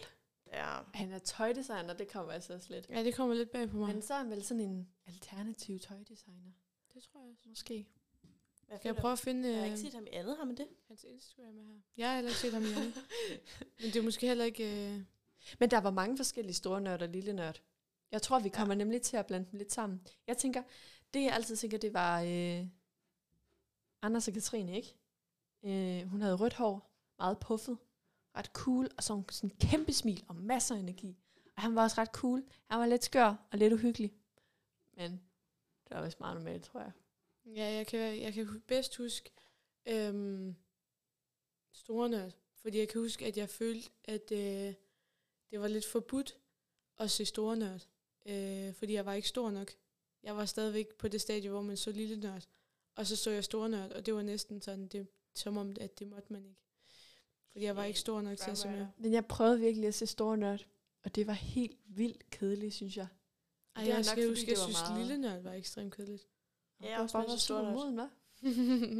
[SPEAKER 4] Ja.
[SPEAKER 2] Han er tøjdesigner, det kommer altså også lidt.
[SPEAKER 3] Ja, det kommer lidt bag på mig.
[SPEAKER 2] Men så er han vel sådan en alternativ tøjdesigner.
[SPEAKER 3] det tror jeg også.
[SPEAKER 2] Måske.
[SPEAKER 4] Hvad
[SPEAKER 3] Skal jeg
[SPEAKER 4] føler
[SPEAKER 3] prøve
[SPEAKER 4] du?
[SPEAKER 3] at finde
[SPEAKER 4] Jeg har
[SPEAKER 3] øh,
[SPEAKER 4] ikke set ham i andet, har man det?
[SPEAKER 3] hans Instagram er her? Jeg har heller ikke set ham i
[SPEAKER 4] [LAUGHS]
[SPEAKER 3] andet. Men det er måske heller ikke... Øh,
[SPEAKER 2] Men der var mange forskellige store nørd og lille nørd. Jeg tror, vi kommer ja. nemlig til at blande dem lidt sammen. Jeg tænker, det jeg altid tænker, det var øh, Anders og Katrine, ikke? Øh, hun havde rødt hår, meget puffet, ret cool, og sådan, sådan en kæmpe smil og masser af energi. Og han var også ret cool. Han var lidt skør og lidt uhyggelig. Men det var vist meget normalt, tror jeg.
[SPEAKER 3] Ja, jeg kan, jeg kan hu- bedst huske øhm, store nørd, fordi jeg kan huske, at jeg følte, at øh, det var lidt forbudt at se store nørd, øh, fordi jeg var ikke stor nok. Jeg var stadigvæk på det stadie, hvor man så lille nørd, og så så jeg store nørd, og det var næsten sådan, det, som om, at det måtte man ikke. Fordi jeg var ikke stor nok til at se med.
[SPEAKER 2] Men jeg prøvede virkelig at se store nørd, og det var helt vildt kedeligt, synes jeg.
[SPEAKER 3] Ej,
[SPEAKER 2] Det er
[SPEAKER 3] jeg
[SPEAKER 2] nok,
[SPEAKER 3] skal
[SPEAKER 2] fordi
[SPEAKER 3] huske, jeg
[SPEAKER 2] det var
[SPEAKER 3] synes,
[SPEAKER 2] meget-
[SPEAKER 3] lille nørd var ekstremt
[SPEAKER 2] [LAUGHS]
[SPEAKER 3] kedeligt.
[SPEAKER 4] Ja, jeg er også med til Store Nørd.
[SPEAKER 2] moden, hva'?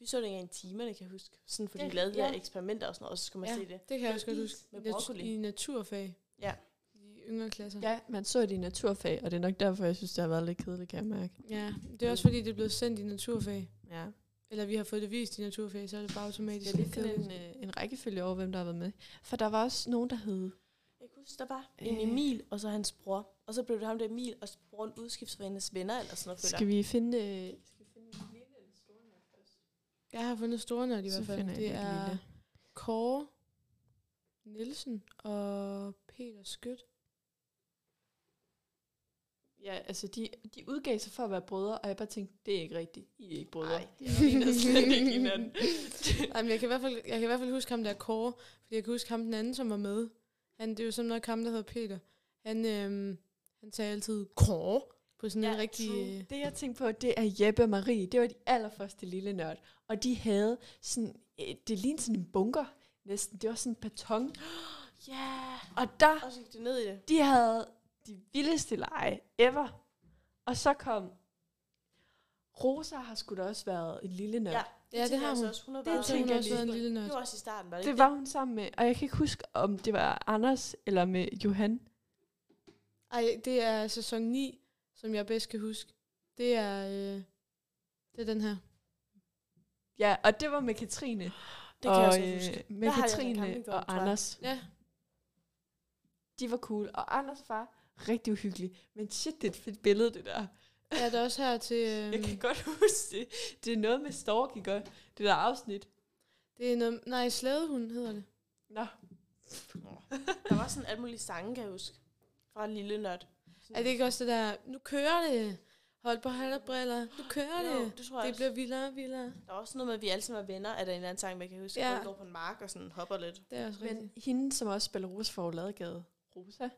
[SPEAKER 4] Vi så det ikke engang i timerne, kan jeg huske. Sådan, fordi
[SPEAKER 2] Ja,
[SPEAKER 4] de lavede de
[SPEAKER 2] ja.
[SPEAKER 4] her eksperimenter og sådan noget, og så skulle man
[SPEAKER 3] Ja.
[SPEAKER 4] se det.
[SPEAKER 3] det kan jeg også godt
[SPEAKER 4] is
[SPEAKER 3] huske.
[SPEAKER 4] med
[SPEAKER 3] Nat-
[SPEAKER 4] broccoli.
[SPEAKER 3] I naturfag.
[SPEAKER 4] Ja.
[SPEAKER 3] I yngre klasser.
[SPEAKER 2] Ja, man så det i naturfag, og det er nok derfor, jeg synes, det har været lidt kedeligt, kan jeg mærke.
[SPEAKER 3] Ja, det er også fordi, det er blevet sendt i naturfag.
[SPEAKER 2] Ja.
[SPEAKER 3] Eller vi har fået det vist i naturfag, så er det bare
[SPEAKER 2] Jeg
[SPEAKER 3] automatisk.
[SPEAKER 2] skal lige finde
[SPEAKER 3] kedeligt.
[SPEAKER 2] en, øh, en rækkefølge over, hvem der har været med. For der var også nogen, der hed...
[SPEAKER 4] Jeg kan huske, der var en
[SPEAKER 2] Øh.
[SPEAKER 4] Emil, og så hans bror. Og så blev det ham der Emil, og så broren udskiftet for hendes venner, eller sådan noget, føler
[SPEAKER 2] Skal vi finde... Øh,
[SPEAKER 3] Jeg har fundet store nørd i
[SPEAKER 2] så
[SPEAKER 3] hvert fald.
[SPEAKER 2] finder jeg
[SPEAKER 3] Det
[SPEAKER 2] den
[SPEAKER 3] er
[SPEAKER 2] lille.
[SPEAKER 3] Kåre Nielsen og Peter Skødt.
[SPEAKER 2] Ja, altså, de, de udgav sig for at være brødre, og jeg bare tænkte, det er ikke rigtigt. I er ikke brødre.
[SPEAKER 4] Nej, det
[SPEAKER 3] [LAUGHS]
[SPEAKER 4] ligner slet ikke hinanden.
[SPEAKER 3] Ej, men jeg, kan i hvert fald, jeg kan i hvert fald huske ham, der er Kåre, fordi jeg kan huske ham den anden, som var med. Han, det er jo sådan noget ham, der hedder Peter. Han, øhm, han sagde altid Kåre på sådan ja, en
[SPEAKER 4] Ja,
[SPEAKER 3] rigtig...
[SPEAKER 4] true.
[SPEAKER 3] Øh,
[SPEAKER 2] Det, jeg tænkte på, det er Jeppe og Marie. Det var de allerførste lille nørd. Og de havde sådan... Øh, det lignede sådan en bunker, næsten. Det var sådan en [GASPS] beton.
[SPEAKER 4] Ja,
[SPEAKER 2] Og der
[SPEAKER 4] og så gik det ned i det.
[SPEAKER 2] de havde de vildeste lege ever. Og så kom... Rosa har sgu da også været en lille nørd.
[SPEAKER 4] Ja,
[SPEAKER 3] ja, det
[SPEAKER 4] tænker
[SPEAKER 3] har
[SPEAKER 4] jeg
[SPEAKER 3] hun.
[SPEAKER 4] så Også, hun har
[SPEAKER 2] Det
[SPEAKER 4] været-
[SPEAKER 3] Så har hun
[SPEAKER 2] tænker jeg
[SPEAKER 3] også
[SPEAKER 2] lige.
[SPEAKER 3] været en lille nørd.
[SPEAKER 4] Det var også i starten, var det,
[SPEAKER 2] Det
[SPEAKER 4] ikke
[SPEAKER 2] var hun sammen med, og jeg kan ikke huske, om det var Anders eller med Johan.
[SPEAKER 3] Ej, det er sæson 9, som jeg bedst kan huske. Det er, øh, det er den her.
[SPEAKER 2] Ja, og det var med Katrine.
[SPEAKER 4] det? Det kan jeg
[SPEAKER 2] og,
[SPEAKER 4] også godt huske.
[SPEAKER 2] øh, Med
[SPEAKER 4] Der har jeg været
[SPEAKER 2] Katrine
[SPEAKER 4] campingvogn,
[SPEAKER 2] og
[SPEAKER 4] tror jeg.
[SPEAKER 2] Anders.
[SPEAKER 3] Ja.
[SPEAKER 2] De var cool. Og Anders far, rigtig uhyggelig. Men shit, det er et fedt billede, det der.
[SPEAKER 3] Ja, det er også her til...
[SPEAKER 2] [LAUGHS]
[SPEAKER 4] Mm.
[SPEAKER 2] Jeg kan
[SPEAKER 3] Øh,
[SPEAKER 2] godt huske det. Det er noget med Stork, ikke? også? Det der afsnit.
[SPEAKER 3] det er noget, nej, Slædehund hedder det.
[SPEAKER 2] Nå.
[SPEAKER 4] Der var sådan alle mulige sange, kan jeg huske. Fra en lille nørd.
[SPEAKER 3] Er det ikke også det der, nu kører det, hold på halvbriller, nu kører
[SPEAKER 4] Jo,
[SPEAKER 3] det.
[SPEAKER 4] det tror jeg
[SPEAKER 3] Det
[SPEAKER 4] også.
[SPEAKER 3] bliver vildere og vildere.
[SPEAKER 4] Der var også noget med, at vi alle sammen var venner, at der er en eller anden sang, man kan huske,
[SPEAKER 3] Ja.
[SPEAKER 4] ja. hvor vi går på en mark og sådan hopper lidt.
[SPEAKER 3] Det er også rigtigt. Mm.
[SPEAKER 2] Men hende, som også spiller Rosa for Ladegade, Rosa,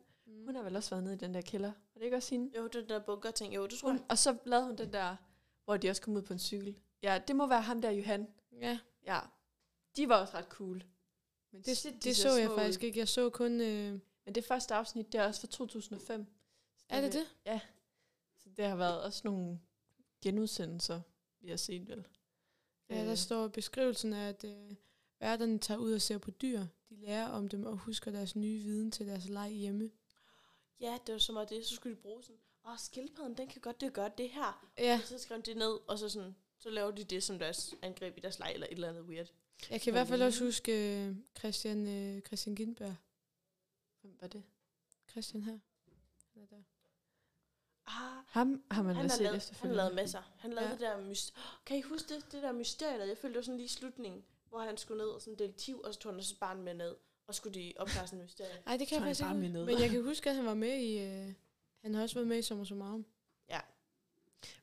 [SPEAKER 2] Hun har vel også været nede i den der kælder. Var det ikke også hende?
[SPEAKER 4] Jo, den der bunker ting. Jo, det tror
[SPEAKER 2] Hun,
[SPEAKER 4] jeg.
[SPEAKER 2] og så lavede hun den der, hvor de også kom ud på en cykel. Ja, det må være ham der, Johan.
[SPEAKER 3] Ja,
[SPEAKER 2] Ja, de var også ret cool. Men
[SPEAKER 3] det,
[SPEAKER 2] shit, de
[SPEAKER 3] det, det
[SPEAKER 2] ser
[SPEAKER 3] så jeg
[SPEAKER 2] små ud.
[SPEAKER 3] faktisk ikke. Jeg så kun... Øh,
[SPEAKER 2] Men det første afsnit, det er også fra 2005. Så
[SPEAKER 3] er det det?
[SPEAKER 2] Så det har været også nogle genudsendelser, vi har set vel.
[SPEAKER 3] Ja, der
[SPEAKER 2] Øh,
[SPEAKER 3] står beskrivelsen af, at øh, værterne tager ud og ser på dyr. De lærer om dem og husker deres nye viden til deres leg hjemme.
[SPEAKER 4] Ja, det var så meget det. Så skulle de bruge sådan, åh, skildpadden, den kan godt det gøre det her.
[SPEAKER 3] Ja,
[SPEAKER 4] Og så skrev de det ned, og så sådan, så laver de det som deres angreb i deres leg, eller et eller andet weird.
[SPEAKER 3] jeg kan i hvert fald også huske øh, Christian, øh, Christian Gindberg.
[SPEAKER 2] Hvem var det?
[SPEAKER 3] Christian her. Eller der.
[SPEAKER 4] Ah,
[SPEAKER 2] Ham har man
[SPEAKER 4] han,
[SPEAKER 2] da
[SPEAKER 4] har
[SPEAKER 2] set
[SPEAKER 4] lavet, han har
[SPEAKER 2] efterfølgende.
[SPEAKER 4] lavet masser. Han lavede
[SPEAKER 3] Ja.
[SPEAKER 4] ja. det der mysterie. Kan I huske det, det der mysterie? der- Jeg følte, det var sådan lige slutningen, hvor han skulle ned og sådan en detektiv, og så tog han også et barn med ned, og skulle de opklare sådan en mysterie.
[SPEAKER 3] Nej, det
[SPEAKER 2] Så
[SPEAKER 3] kan
[SPEAKER 2] er
[SPEAKER 3] jeg
[SPEAKER 2] han
[SPEAKER 3] faktisk ikke.
[SPEAKER 2] bare med
[SPEAKER 3] huske.
[SPEAKER 2] nede.
[SPEAKER 3] Men jeg kan huske, at han var med i... Øh, han har også været med i Sommer som Arm.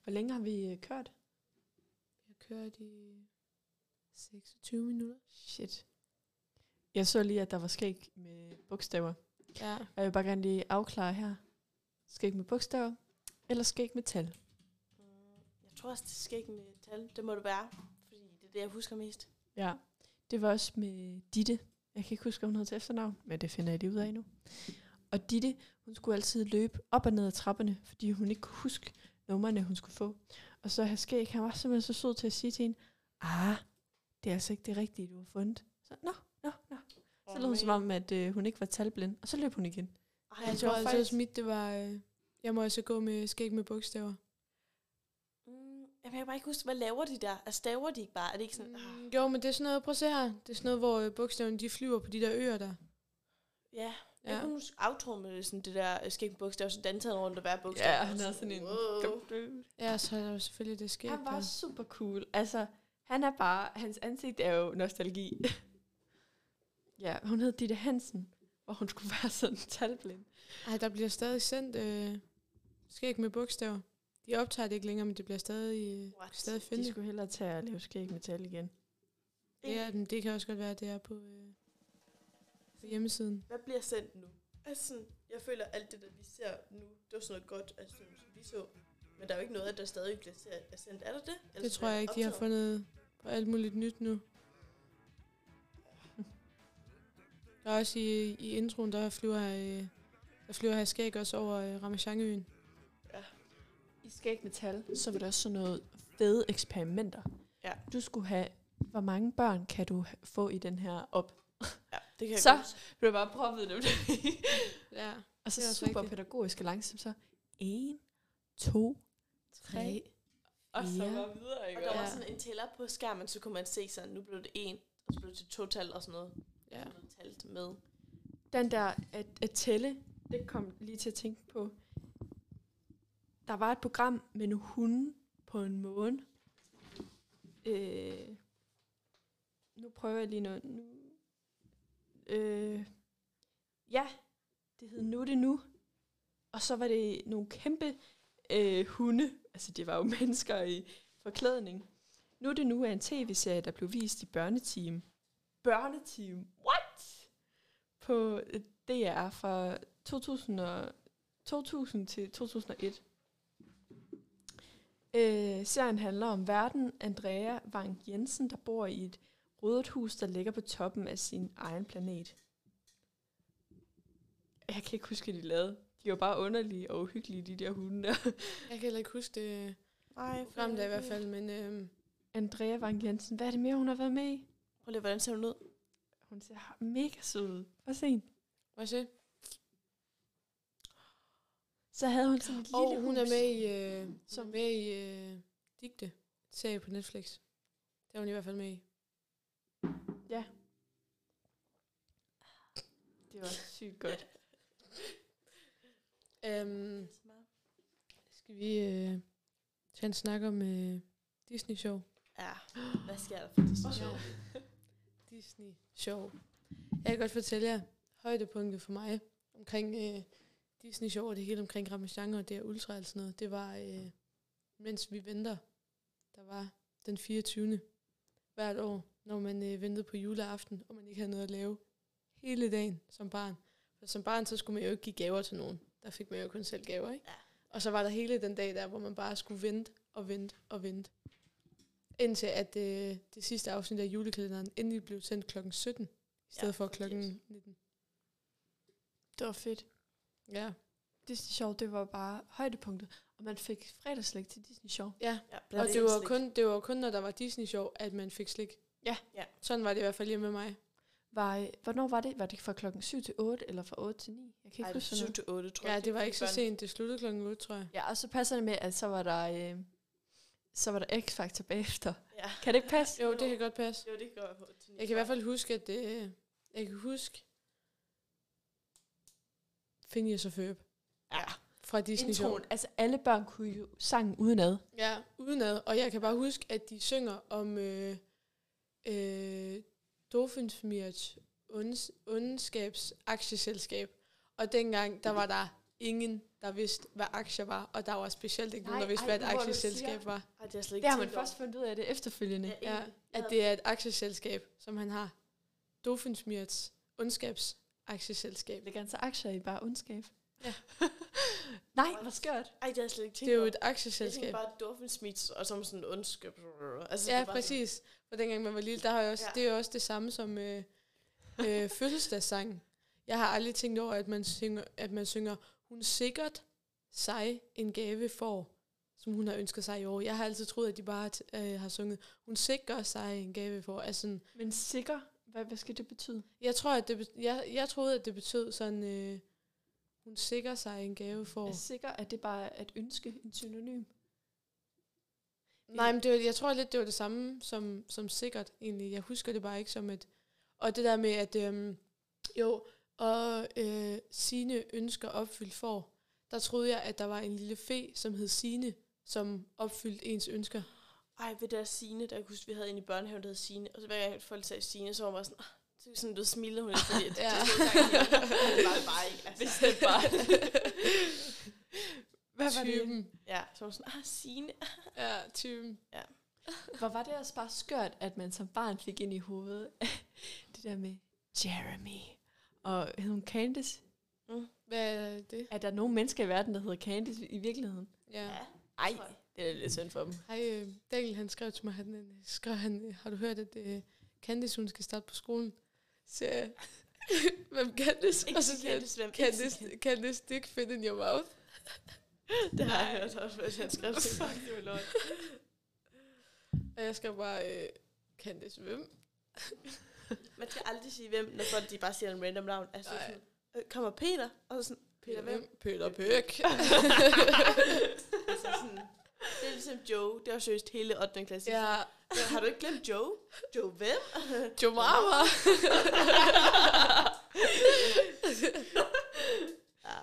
[SPEAKER 2] Hvor længe har vi øh, kørt?
[SPEAKER 3] Jeg kørte i 26 minutter.
[SPEAKER 2] Shit. Jeg så lige, at der var skæg med bogstaver.
[SPEAKER 3] Ja.
[SPEAKER 2] Og jeg vil bare gerne lige afklare her. Skæg med bogstaver, eller skæg med tal?
[SPEAKER 4] Mm, Jeg tror også, det skal ikke med tal. Det må det være, fordi det er det, jeg husker mest.
[SPEAKER 2] Ja. Det var også med Ditte. Jeg kan ikke huske, hvad hun hed til efternavn, men det finder jeg lige ud af nu. Og Ditte, hun skulle altid løbe op og ned ad trapperne, fordi hun ikke kunne huske numrene, hun skulle få. Og så her skæg, han var simpelthen så sød til at sige til hende, ah, det er altså ikke det rigtige, du har fundet. Så, nå, nå, nå. Så lød hun som om, at øh, hun ikke var talblind, og så løb hun igen.
[SPEAKER 4] Ej,
[SPEAKER 3] Jeg, jeg tror altså også, mit det var... Øh, jeg må altså gå med skæg med bogstaver.
[SPEAKER 4] Mm, jamen, jeg kan bare ikke huske, hvad laver de der? Altså, staver de ikke bare? Er det ikke sådan... Mm.
[SPEAKER 3] Mm, jo, men det er sådan noget... Prøv at se her. Det er sådan noget, hvor øh, bogstaverne de flyver på de der øer der.
[SPEAKER 4] Ja, jeg
[SPEAKER 3] Ja.
[SPEAKER 4] ja. kunne huske outro med sådan det der skægt bogstav, så dansede han rundt og hver bogstav.
[SPEAKER 2] Ja, han er sådan en
[SPEAKER 4] Wow.
[SPEAKER 2] dum
[SPEAKER 3] Ja, så er der jo selvfølgelig det skæg.
[SPEAKER 2] Han var super cool. Altså, han er bare, hans ansigt er jo nostalgi. [LAUGHS] ja, hun hed Ditte Hansen, og hun skulle være sådan talblind.
[SPEAKER 3] Ej, der bliver stadig sendt øh, skæg med bogstaver. De optager det ikke længere, men det bliver stadig, øh,
[SPEAKER 4] What?
[SPEAKER 3] stadig
[SPEAKER 2] De
[SPEAKER 3] findet.
[SPEAKER 2] skulle hellere tage at lave skæg med tal igen.
[SPEAKER 3] Ja, men det kan også godt være, at det er på, øh, på hjemmesiden.
[SPEAKER 4] Hvad bliver sendt nu? Altså, sådan, jeg føler, alt det, der vi ser nu, det var sådan noget godt, altså, sådan, som vi så. Men der er jo ikke noget, af det, der stadig bliver ser- er sendt. Er der det? Eller
[SPEAKER 3] Det
[SPEAKER 4] sådan
[SPEAKER 3] tror
[SPEAKER 4] er
[SPEAKER 3] jeg ikke, de har
[SPEAKER 4] optaget?
[SPEAKER 3] fundet på alt muligt nyt nu. Der er også i, i introen, der flyver, øh, der flyver her skæg også over øh, Ramachanøen.
[SPEAKER 2] I skæg med tal, så var der også sådan noget fede eksperimenter.
[SPEAKER 4] Ja.
[SPEAKER 2] Du skulle have, hvor mange børn kan du ha- få i den her op?
[SPEAKER 4] Ja, det kan jeg
[SPEAKER 2] Så-
[SPEAKER 4] godt huske.
[SPEAKER 2] Du har bare proppet dem.
[SPEAKER 3] Ja.
[SPEAKER 2] [LAUGHS] og så
[SPEAKER 3] Det er også
[SPEAKER 2] super
[SPEAKER 3] rigtigt.
[SPEAKER 2] pædagogisk og langsomt så. En, to, tre, og så
[SPEAKER 3] fire.
[SPEAKER 2] bare videre, ikke?
[SPEAKER 4] Og der var
[SPEAKER 3] Ja.
[SPEAKER 4] sådan en tæller på skærmen, så kunne man se sådan, nu blev det en, og så blev det total og sådan noget.
[SPEAKER 3] ja.
[SPEAKER 4] Sådan noget talt med.
[SPEAKER 2] den der at, at tælle, det kom lige til at tænke på. Der var et program med nogle hunde på en måne. Øh, nu prøver jeg lige noget. Nu. Øh, ja, det hed Nu er det nu. Og så var det nogle kæmpe øh, hunde. Altså, det var jo [LAUGHS] mennesker i forklædning. Nu er det nu er en tv-serie, der blev vist i børneteam. Børneteam? What? på øh, DR fra 2000, og, 2000 til 2001. Øh, serien handler om verden Andrea Wang Jensen, der bor i et rødt hus, der ligger på toppen af sin egen planet. Jeg kan ikke huske, hvad de lavede. De var bare underlige og uhyggelige, de der hunde der.
[SPEAKER 3] Jeg
[SPEAKER 2] [LAUGHS]
[SPEAKER 3] kan heller ikke huske det
[SPEAKER 4] Nej,
[SPEAKER 3] program der i hvert fald, men øh,
[SPEAKER 2] Andrea Wang Jensen, hvad er det mere, hun har været med i?
[SPEAKER 4] Prøv lige, hvordan ser hun ud?
[SPEAKER 2] Hun ser mega sød ud. Prøv at se hende.
[SPEAKER 3] må jeg se?
[SPEAKER 2] Så havde hun sådan et lille
[SPEAKER 3] Og hun
[SPEAKER 2] hus.
[SPEAKER 3] er med i, øh, som med i øh, Digte, serie på Netflix. Det er hun i hvert fald med i.
[SPEAKER 2] Det var sygt godt.
[SPEAKER 3] Um, skal vi øh, tage en snak om øh, Disney Show?
[SPEAKER 4] Ja, hvad sker der for det?
[SPEAKER 3] Ja. [LAUGHS] Disney Show. Jeg kan godt fortælle jer højdepunktet for mig omkring øh, Disney Show og det hele omkring Ramachan og det her ultra og sådan noget. Det var, øh, mens vi venter, der var den 24. hvert år, når man øh, ventede på juleaften, og man ikke havde noget at lave hele dagen som barn. For som barn, så skulle man jo ikke give gaver til nogen. Der fik man jo kun selv gaver, ikke?
[SPEAKER 4] Ja.
[SPEAKER 3] Og så var der hele den dag der, hvor man bare skulle vente og vente og vente. Indtil at øh, det sidste afsnit af julekalenderen endelig blev sendt klokken 17, i stedet ja, for
[SPEAKER 4] præcis.
[SPEAKER 3] klokken 19.
[SPEAKER 2] Det var fedt.
[SPEAKER 3] Ja.
[SPEAKER 2] Disney Show, det var bare højdepunktet. Og man fik fredagslæg til Disney Show.
[SPEAKER 3] ja.
[SPEAKER 4] Ja,
[SPEAKER 3] Og
[SPEAKER 4] blandt
[SPEAKER 3] det var,
[SPEAKER 4] andet
[SPEAKER 3] kun, det var kun, når der var Disney-show, at man fik slik.
[SPEAKER 2] Ja.
[SPEAKER 4] Ja.
[SPEAKER 3] Sådan var det i hvert fald hjemme med mig.
[SPEAKER 2] Var, øh, hvornår var det? Var det fra klokken 7 til 8, eller fra 8 til 9? Jeg kan ikke
[SPEAKER 4] Ej,
[SPEAKER 2] huske
[SPEAKER 4] det
[SPEAKER 2] sådan
[SPEAKER 4] var
[SPEAKER 2] noget.
[SPEAKER 4] 7 til 8, tror jeg.
[SPEAKER 3] Ja, det var
[SPEAKER 4] fordi
[SPEAKER 3] ikke så
[SPEAKER 4] børn-
[SPEAKER 3] sent. Det sluttede klokken 8, tror jeg.
[SPEAKER 2] Ja, og så passer det med, at så var der... Øh, så var der X-Factor bagefter.
[SPEAKER 4] Ja.
[SPEAKER 2] Kan det ikke passe?
[SPEAKER 3] Jo, det kan godt passe.
[SPEAKER 4] Jo, det går jeg på. til
[SPEAKER 3] Jeg kan i hvert fald huske, at det... Jeg kan huske... Phineas og Ferb.
[SPEAKER 4] Ja.
[SPEAKER 3] Fra Disney Show.
[SPEAKER 2] Introen. Altså, alle børn kunne jo sangen udenad.
[SPEAKER 3] Ja, udenad. Og jeg kan bare huske, at de synger om øh, øh, Dolphinsmirts onds, ondskabs aktieselskab. Og dengang, der var der ingen, der vidste, hvad aktier var. Og der var specielt ikke nogen,
[SPEAKER 2] Nej,
[SPEAKER 3] der vidste,
[SPEAKER 2] ej,
[SPEAKER 3] hvad et
[SPEAKER 2] nu hvor du
[SPEAKER 3] aktieselskab
[SPEAKER 2] siger-
[SPEAKER 3] var.
[SPEAKER 4] Ej, det har jeg slet
[SPEAKER 2] Det
[SPEAKER 4] ikke
[SPEAKER 2] har man
[SPEAKER 4] tænkt over.
[SPEAKER 2] først fundet ud af det efterfølgende.
[SPEAKER 4] Ja,
[SPEAKER 3] Ja,
[SPEAKER 4] egentlig.
[SPEAKER 3] at
[SPEAKER 4] Ja.
[SPEAKER 3] det er et aktieselskab, som han har. Dolphinsmirts ondskabs aktieselskab.
[SPEAKER 2] Lægger han så aktier i bare ondskab?
[SPEAKER 3] Ja.
[SPEAKER 2] [LAUGHS] Nej, hvor skørt.
[SPEAKER 4] Ej, det har jeg slet ikke tænkt
[SPEAKER 3] Det er jo
[SPEAKER 4] over.
[SPEAKER 3] et aktieselskab.
[SPEAKER 4] Jeg tænkte bare Dorfensmits, og som sådan en ondskab. Altså,
[SPEAKER 3] Ja,
[SPEAKER 4] det var
[SPEAKER 3] præcis. For dengang man var lille, der har jeg også,
[SPEAKER 4] Ja.
[SPEAKER 3] ja. det er jo også det samme som øh,
[SPEAKER 4] [LAUGHS]
[SPEAKER 3] øh, fødselsdagssangen. Jeg har aldrig tænkt over, at man synger, at man synger hun sikkert sig en gave får, som hun har ønsket sig i år. Jeg har altid troet, at de bare t- øh, har sunget, hun sikkert sig en gave får. Altså, sådan,
[SPEAKER 2] Men sikker, hvad, hvad skal det betyde?
[SPEAKER 3] jeg, tror, at det, bet- jeg, jeg troede, at det betød sådan, øh, hun sikker sig en gave får.
[SPEAKER 2] Er
[SPEAKER 4] Altså,
[SPEAKER 2] sikker, at det bare er at ønske en synonym?
[SPEAKER 3] Nej, men det var, jeg tror lidt, det var det samme som, som sikkert egentlig. Jeg husker det bare ikke som et... Og det der med, at øhm, jo, og øh, sine ønsker opfyldt får, der troede jeg, at der var en lille fe, som hed Sine, som opfyldte ens ønsker.
[SPEAKER 4] Ej, ved der Signe, der jeg huske, vi havde en i børnehaven, der hed Signe. Og så hver gang folk sagde Signe, så var man sådan, "Ah, så sådan, du smiler hun lidt, fordi at
[SPEAKER 3] [LAUGHS] Ja.
[SPEAKER 4] det, det, det var det bare ikke. Altså. Hvis det bare.
[SPEAKER 2] Hvad var det?
[SPEAKER 3] typen.
[SPEAKER 4] ja, så var man sådan, ah, Signe.
[SPEAKER 3] Ja, typen.
[SPEAKER 2] Hvor var det også bare skørt, at man som barn fik ind i hovedet det der med Jeremy. Og hed hun Candice?
[SPEAKER 3] Hvad er det?
[SPEAKER 2] Er der nogen mennesker i verden, der hedder Candice i [LAUGHS] virkeligheden?
[SPEAKER 3] Ja.
[SPEAKER 2] Nej, det er lidt synd for dem.
[SPEAKER 3] Hej, øh, Daniel, han skrev til mig, han øh, skrev, han, øh, har du hørt, at øh, Candice, hun skal starte på skolen? Så jeg, [LAUGHS] hvem Candice?
[SPEAKER 4] Ikke
[SPEAKER 3] Og så
[SPEAKER 4] sige
[SPEAKER 3] siger jeg,
[SPEAKER 4] Candice, hvem ikke sige Candice.
[SPEAKER 3] Candice, Candice dick fit in your mouth?
[SPEAKER 4] [LAUGHS] Det har jeg hørt også, hvis han skrev til mig. det var lort.
[SPEAKER 3] Og jeg skal bare, øh, Candice, hvem?
[SPEAKER 4] Man skal aldrig sige hvem, når folk de bare siger en random navn. Altså,
[SPEAKER 3] Nej.
[SPEAKER 4] sådan, "Øh, kommer Peter? Og så sådan, Peter hvem?
[SPEAKER 3] Peter
[SPEAKER 4] [LAUGHS]
[SPEAKER 3] Pøk.
[SPEAKER 4] altså sådan, det er ligesom Joe. Det var seriøst hele 8. klasse.
[SPEAKER 3] ja,
[SPEAKER 4] Har du ikke glemt Joe? Joe hvem?
[SPEAKER 3] Joe Mama.
[SPEAKER 4] Ja.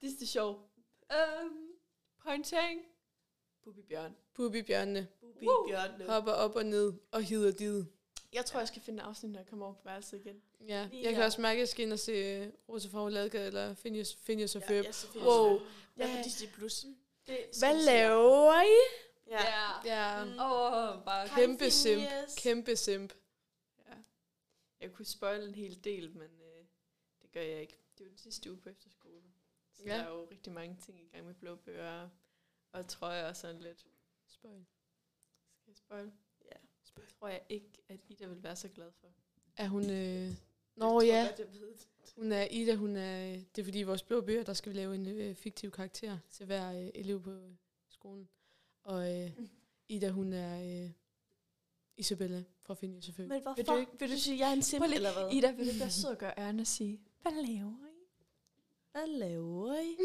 [SPEAKER 2] Det er det sjov. Um, pointering. Bubi Bjørn.
[SPEAKER 3] Bubi Bjørnene
[SPEAKER 4] Bubi Bjørne.
[SPEAKER 3] hopper op og ned og hider did.
[SPEAKER 2] Jeg tror, jeg skal finde afsnit, når jeg kommer over på værelset igen.
[SPEAKER 3] Ja,
[SPEAKER 4] Lige
[SPEAKER 3] jeg kan
[SPEAKER 4] her.
[SPEAKER 3] også mærke, at jeg skal ind og se øh, Rosa fra Ladegade eller Finjes, Finjes og
[SPEAKER 4] Ja,
[SPEAKER 3] Føb.
[SPEAKER 4] ja, selvfølgelig.
[SPEAKER 3] Wow.
[SPEAKER 4] Jeg er på
[SPEAKER 3] Ja.
[SPEAKER 4] Disney Plus.
[SPEAKER 2] Hvad laver I?
[SPEAKER 4] Ja.
[SPEAKER 3] Ja,
[SPEAKER 4] Mm.
[SPEAKER 2] Åh, bare...
[SPEAKER 3] kæmpe
[SPEAKER 4] Hej,
[SPEAKER 3] simp.
[SPEAKER 4] Phineas.
[SPEAKER 3] Kæmpe simp.
[SPEAKER 2] Jeg kunne spoil en hel del, men øh, det gør jeg ikke. Det var den sidste uge på efterskole. Så
[SPEAKER 3] Ja.
[SPEAKER 2] ja. der er jo rigtig mange ting i gang med blå bøger og trøjer og sådan lidt.
[SPEAKER 3] Spøj.
[SPEAKER 2] Skal jeg spoil?
[SPEAKER 4] Ja.
[SPEAKER 2] Det tror jeg ikke, at Ida vil være så glad for.
[SPEAKER 3] Er hun... Øh...
[SPEAKER 4] Jeg
[SPEAKER 3] Nå
[SPEAKER 4] tror
[SPEAKER 3] ja,
[SPEAKER 4] godt, jeg ved det.
[SPEAKER 3] hun er Ida, hun er... øh, Det er fordi, i vores blå bøger, der skal vi lave en øh, fiktiv karakter til hver øh, elev på øh, skolen. Og
[SPEAKER 4] [LAUGHS]
[SPEAKER 3] øh, Ida, hun er øh, Isabella fra Finjes og Føb.
[SPEAKER 4] Men hvorfor?
[SPEAKER 2] Vil du ikke- vil du
[SPEAKER 4] sige, jeg er en simp,
[SPEAKER 2] Prøv lige-
[SPEAKER 4] eller hvad?
[SPEAKER 2] Ida vil ikke være sød at gøre ærne og sige, hvad laver I?
[SPEAKER 4] Hvad laver
[SPEAKER 2] [LAUGHS]
[SPEAKER 4] I?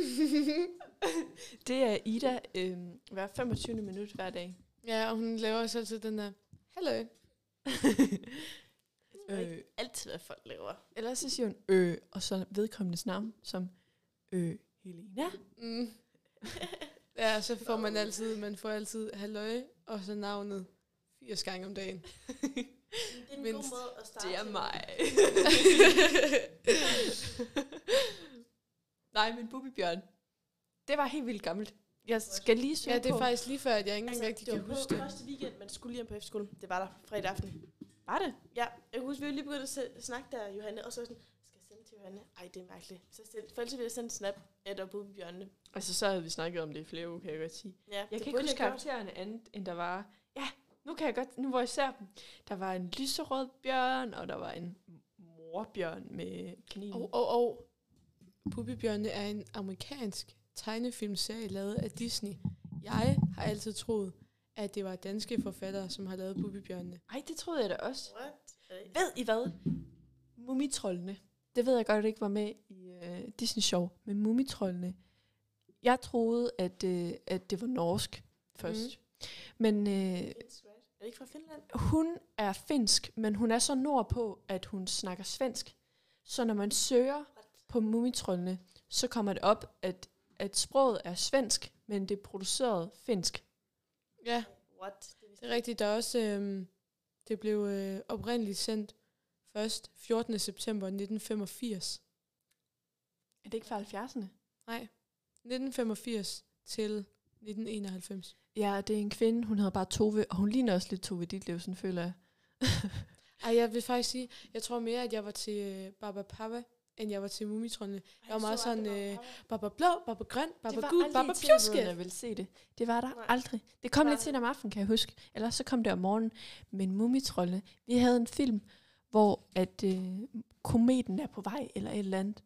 [SPEAKER 2] Det er Ida øh, hver 25. minut hver [LAUGHS] dag.
[SPEAKER 3] Ja, og hun laver også altid den der, hallo.
[SPEAKER 4] Øh. Altid, hvad folk laver.
[SPEAKER 2] Ellers så siger hun øh, og så vedkommendes navn som øh, [LAUGHS] Helena.
[SPEAKER 4] [LAUGHS]
[SPEAKER 3] Mm. Ja, så får man altid, man får altid halløj, og så navnet 80 gange om dagen.
[SPEAKER 4] Det er en
[SPEAKER 3] Mindst.
[SPEAKER 4] god måde at starte.
[SPEAKER 2] Det er
[SPEAKER 4] med.
[SPEAKER 2] mig. [LAUGHS] Nej, men Bubi Bjørn. Det var helt vildt gammelt. Jeg skal lige søge
[SPEAKER 3] Ja, det er
[SPEAKER 2] på.
[SPEAKER 3] faktisk lige før, at jeg ikke engang
[SPEAKER 4] Altså,
[SPEAKER 3] rigtig
[SPEAKER 4] det
[SPEAKER 3] kan
[SPEAKER 4] var på
[SPEAKER 3] huske det.
[SPEAKER 4] første weekend, man skulle lige hjem på efterskole. Det var der fredag aften. Var det? Ja, jeg kan huske, vi var lige begyndt at se- snakke der, Johanne, og så var jeg sådan, skal jeg sende til Bjørne. Ej, det er mærkeligt. Så selv, for ellers ville jeg sende en snap af der på Bjørne.
[SPEAKER 2] Altså, så havde vi snakket om det i flere uger, kan jeg godt sige.
[SPEAKER 4] Ja,
[SPEAKER 2] Jeg
[SPEAKER 4] det
[SPEAKER 2] kan ikke
[SPEAKER 4] burde
[SPEAKER 2] huske
[SPEAKER 4] jeg
[SPEAKER 2] karaktererne andet, end der var... Ja, nu kan jeg godt... Nu hvor jeg ser dem. Der var en lyserød bjørn, og der var en morbjørn med kanin.
[SPEAKER 3] Og, og, og Puppibjørnene er en amerikansk tegnefilmserie lavet af Disney. Jeg har altid troet, at det var danske forfattere, som har lavet Puppibjørnene.
[SPEAKER 2] Ej, det troede jeg da også.
[SPEAKER 4] godt. What? Er det-
[SPEAKER 2] Ved I hvad? Mumitrollene. Det ved jeg godt, at ikke var med i øh, Disney Show, men Mumitrollene. Jeg troede, at, øh, at det var norsk først. Mm. Men øh,
[SPEAKER 4] It's right. Er det ikke fra Finland?
[SPEAKER 2] hun er finsk, men hun er så nordpå, at hun snakker svensk. Så når man søger på Mumitrollene, så kommer det op, at, at sproget er svensk, men det er produceret finsk.
[SPEAKER 3] Ja,
[SPEAKER 4] What?
[SPEAKER 3] det er rigtigt. Der er også, øhm, det blev øh, oprindeligt sendt først 14. september 1985.
[SPEAKER 2] Er det ikke fra 70'erne?
[SPEAKER 3] Nej, 1985 til 1991.
[SPEAKER 2] Ja, det er en kvinde, hun hedder bare Tove, og hun ligner også lidt Tove Ditlevsen, føler jeg.
[SPEAKER 3] Ej, jeg vil faktisk sige, jeg tror mere, at jeg var til øh, Baba Papa, end jeg var til Mumitrollene. Jeg var meget sådan, øh, Baba Blå, Baba Grøn, Baba Gul, Baba Pjuske.
[SPEAKER 2] Jeg ville se det. Det var der Nej.
[SPEAKER 4] Nej.
[SPEAKER 2] aldrig. Det kom lidt
[SPEAKER 4] Nej.
[SPEAKER 2] sent om aftenen, kan jeg huske. Eller så kom det om morgenen. Men Mumitrolle, vi havde en film, hvor at øh, kometen er på vej, eller et eller andet.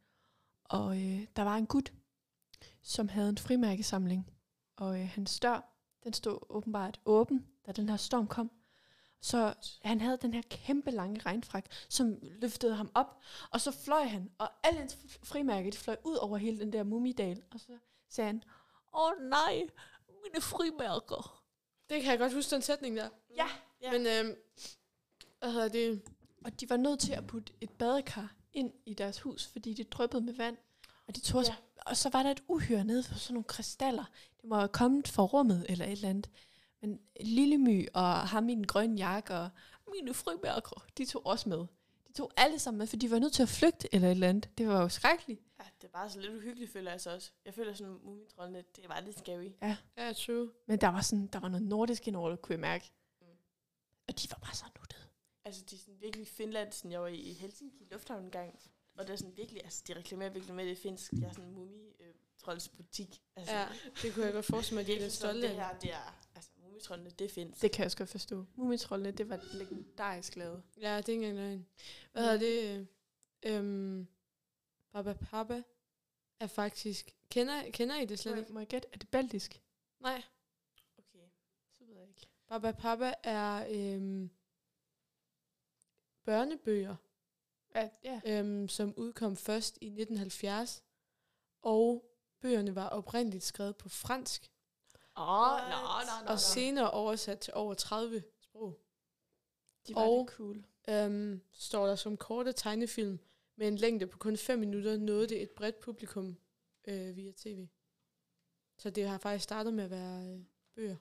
[SPEAKER 2] Og øh, der var en gut, som havde en frimærkesamling. Og øh, hans dør, den stod åbenbart åben, da den her storm kom. Så han havde den her kæmpe lange regnfrak, som løftede ham op, og så fløj han, og alle hans f- frimærker, de fløj ud over hele den der mumidal, og så sagde han, åh oh, nej, mine frimærker.
[SPEAKER 3] Det kan jeg godt huske, den sætning der.
[SPEAKER 2] Ja.
[SPEAKER 4] Ja.
[SPEAKER 3] Men, øhm, hvad hedder det?
[SPEAKER 2] Og de var nødt til at putte et badekar ind i deres hus, fordi det dryppede med vand. Og, de tog ja. og så var der et uhyre nede for sådan nogle kristaller. Det må have kommet fra rummet eller et eller andet. Men Lille My og ham i den grønne jakke og mine frimærker, de tog også med. De tog alle sammen med, for de var nødt til at flygte eller et eller andet. Det var jo skrækkeligt.
[SPEAKER 4] Ja, det er bare så lidt uhyggeligt, føler jeg så også. Jeg føler sådan, mumitrollene, det var lidt scary.
[SPEAKER 3] Ja, true.
[SPEAKER 2] Men der var, sådan, der var noget nordisk indover, kunne jeg mærke.
[SPEAKER 4] Mm.
[SPEAKER 2] Og de var bare så nuttede.
[SPEAKER 4] Altså, de er sådan virkelig Finland, sådan, jeg var i Helsinki Lufthavn en gang, og det er sådan virkelig, altså, de reklamerer virkelig med det er finsk. Jeg er sådan en mumitrolls butik. Altså,
[SPEAKER 3] Ja, det kunne jeg godt forestille mig, at de er lidt
[SPEAKER 4] sådan,
[SPEAKER 3] stolte
[SPEAKER 4] Det
[SPEAKER 3] af.
[SPEAKER 4] her, det er, altså, mumitrollene, det er finsk.
[SPEAKER 2] Det kan jeg også godt forstå. Mumitrollene, det var legendarisk lavet.
[SPEAKER 3] Ja, det er ikke engang løgn. Hvad hedder det? Øhm, Baba Papa er faktisk... Kender, kender I det slet
[SPEAKER 2] Slet
[SPEAKER 3] ikke?
[SPEAKER 2] ikke. Må jeg gætte? Er det baltisk?
[SPEAKER 3] Nej.
[SPEAKER 4] Okay.
[SPEAKER 2] Så ved jeg ikke.
[SPEAKER 3] Baba Papa er øhm, børnebøger,
[SPEAKER 2] Ja, ja.
[SPEAKER 3] øhm, som udkom først i 1970. Og bøgerne var oprindeligt skrevet på fransk,
[SPEAKER 2] Åh,
[SPEAKER 4] nå, nå, nå,
[SPEAKER 3] og senere oversat til over 30 sprog.
[SPEAKER 2] De var
[SPEAKER 3] Og-
[SPEAKER 2] lidt cool.
[SPEAKER 3] øhm, står der som korte tegnefilm med en længde på kun 5 minutter, nåede det et bredt publikum øh, via tv. Så det har faktisk startet med at være øh, bøger.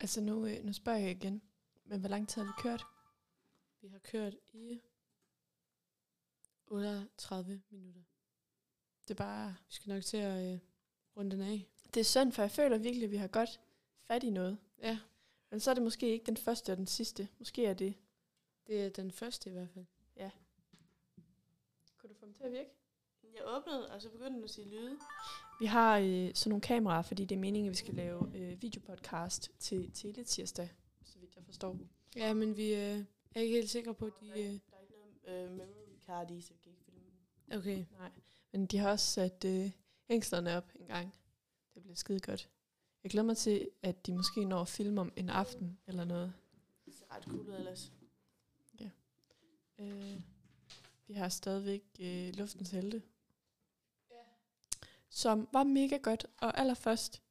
[SPEAKER 2] Altså nu, øh, nu spørger jeg igen. Men hvor lang tid har vi kørt?
[SPEAKER 3] Vi har kørt i 38 minutter.
[SPEAKER 2] Det er bare...
[SPEAKER 3] Vi skal nok til at øh, runde den af.
[SPEAKER 2] Det er synd, for jeg føler virkelig, at vi har godt fat i noget.
[SPEAKER 3] Ja,
[SPEAKER 2] Men så er det måske ikke den første og den sidste. Måske er det...
[SPEAKER 3] det er den første i hvert fald.
[SPEAKER 2] Kunne du få dem til at virke?
[SPEAKER 4] Jeg åbnede, og så begyndte den at sige lyde.
[SPEAKER 2] Vi har øh, sådan nogle kameraer, fordi det er meningen, at vi skal lave øh, videopodcast til Teletirsdag, så vidt jeg forstår.
[SPEAKER 3] Ja, men vi øh, er ikke helt sikre på, at de...
[SPEAKER 4] Der er ikke,
[SPEAKER 3] Øh,
[SPEAKER 4] der er ikke noget øh, memory card i, så vi kan ikke filme den.
[SPEAKER 3] okay,
[SPEAKER 2] Men de har også sat øh, hængslerne op en gang. Det bliver skide godt. Jeg glæder mig til, at de måske når at filme om en aften eller noget.
[SPEAKER 4] Det ser ret cool ud ellers.
[SPEAKER 2] Øh, vi har stadigvæk øh, Luftens Helte.
[SPEAKER 3] Ja.
[SPEAKER 2] Som var mega godt. Og allerførst,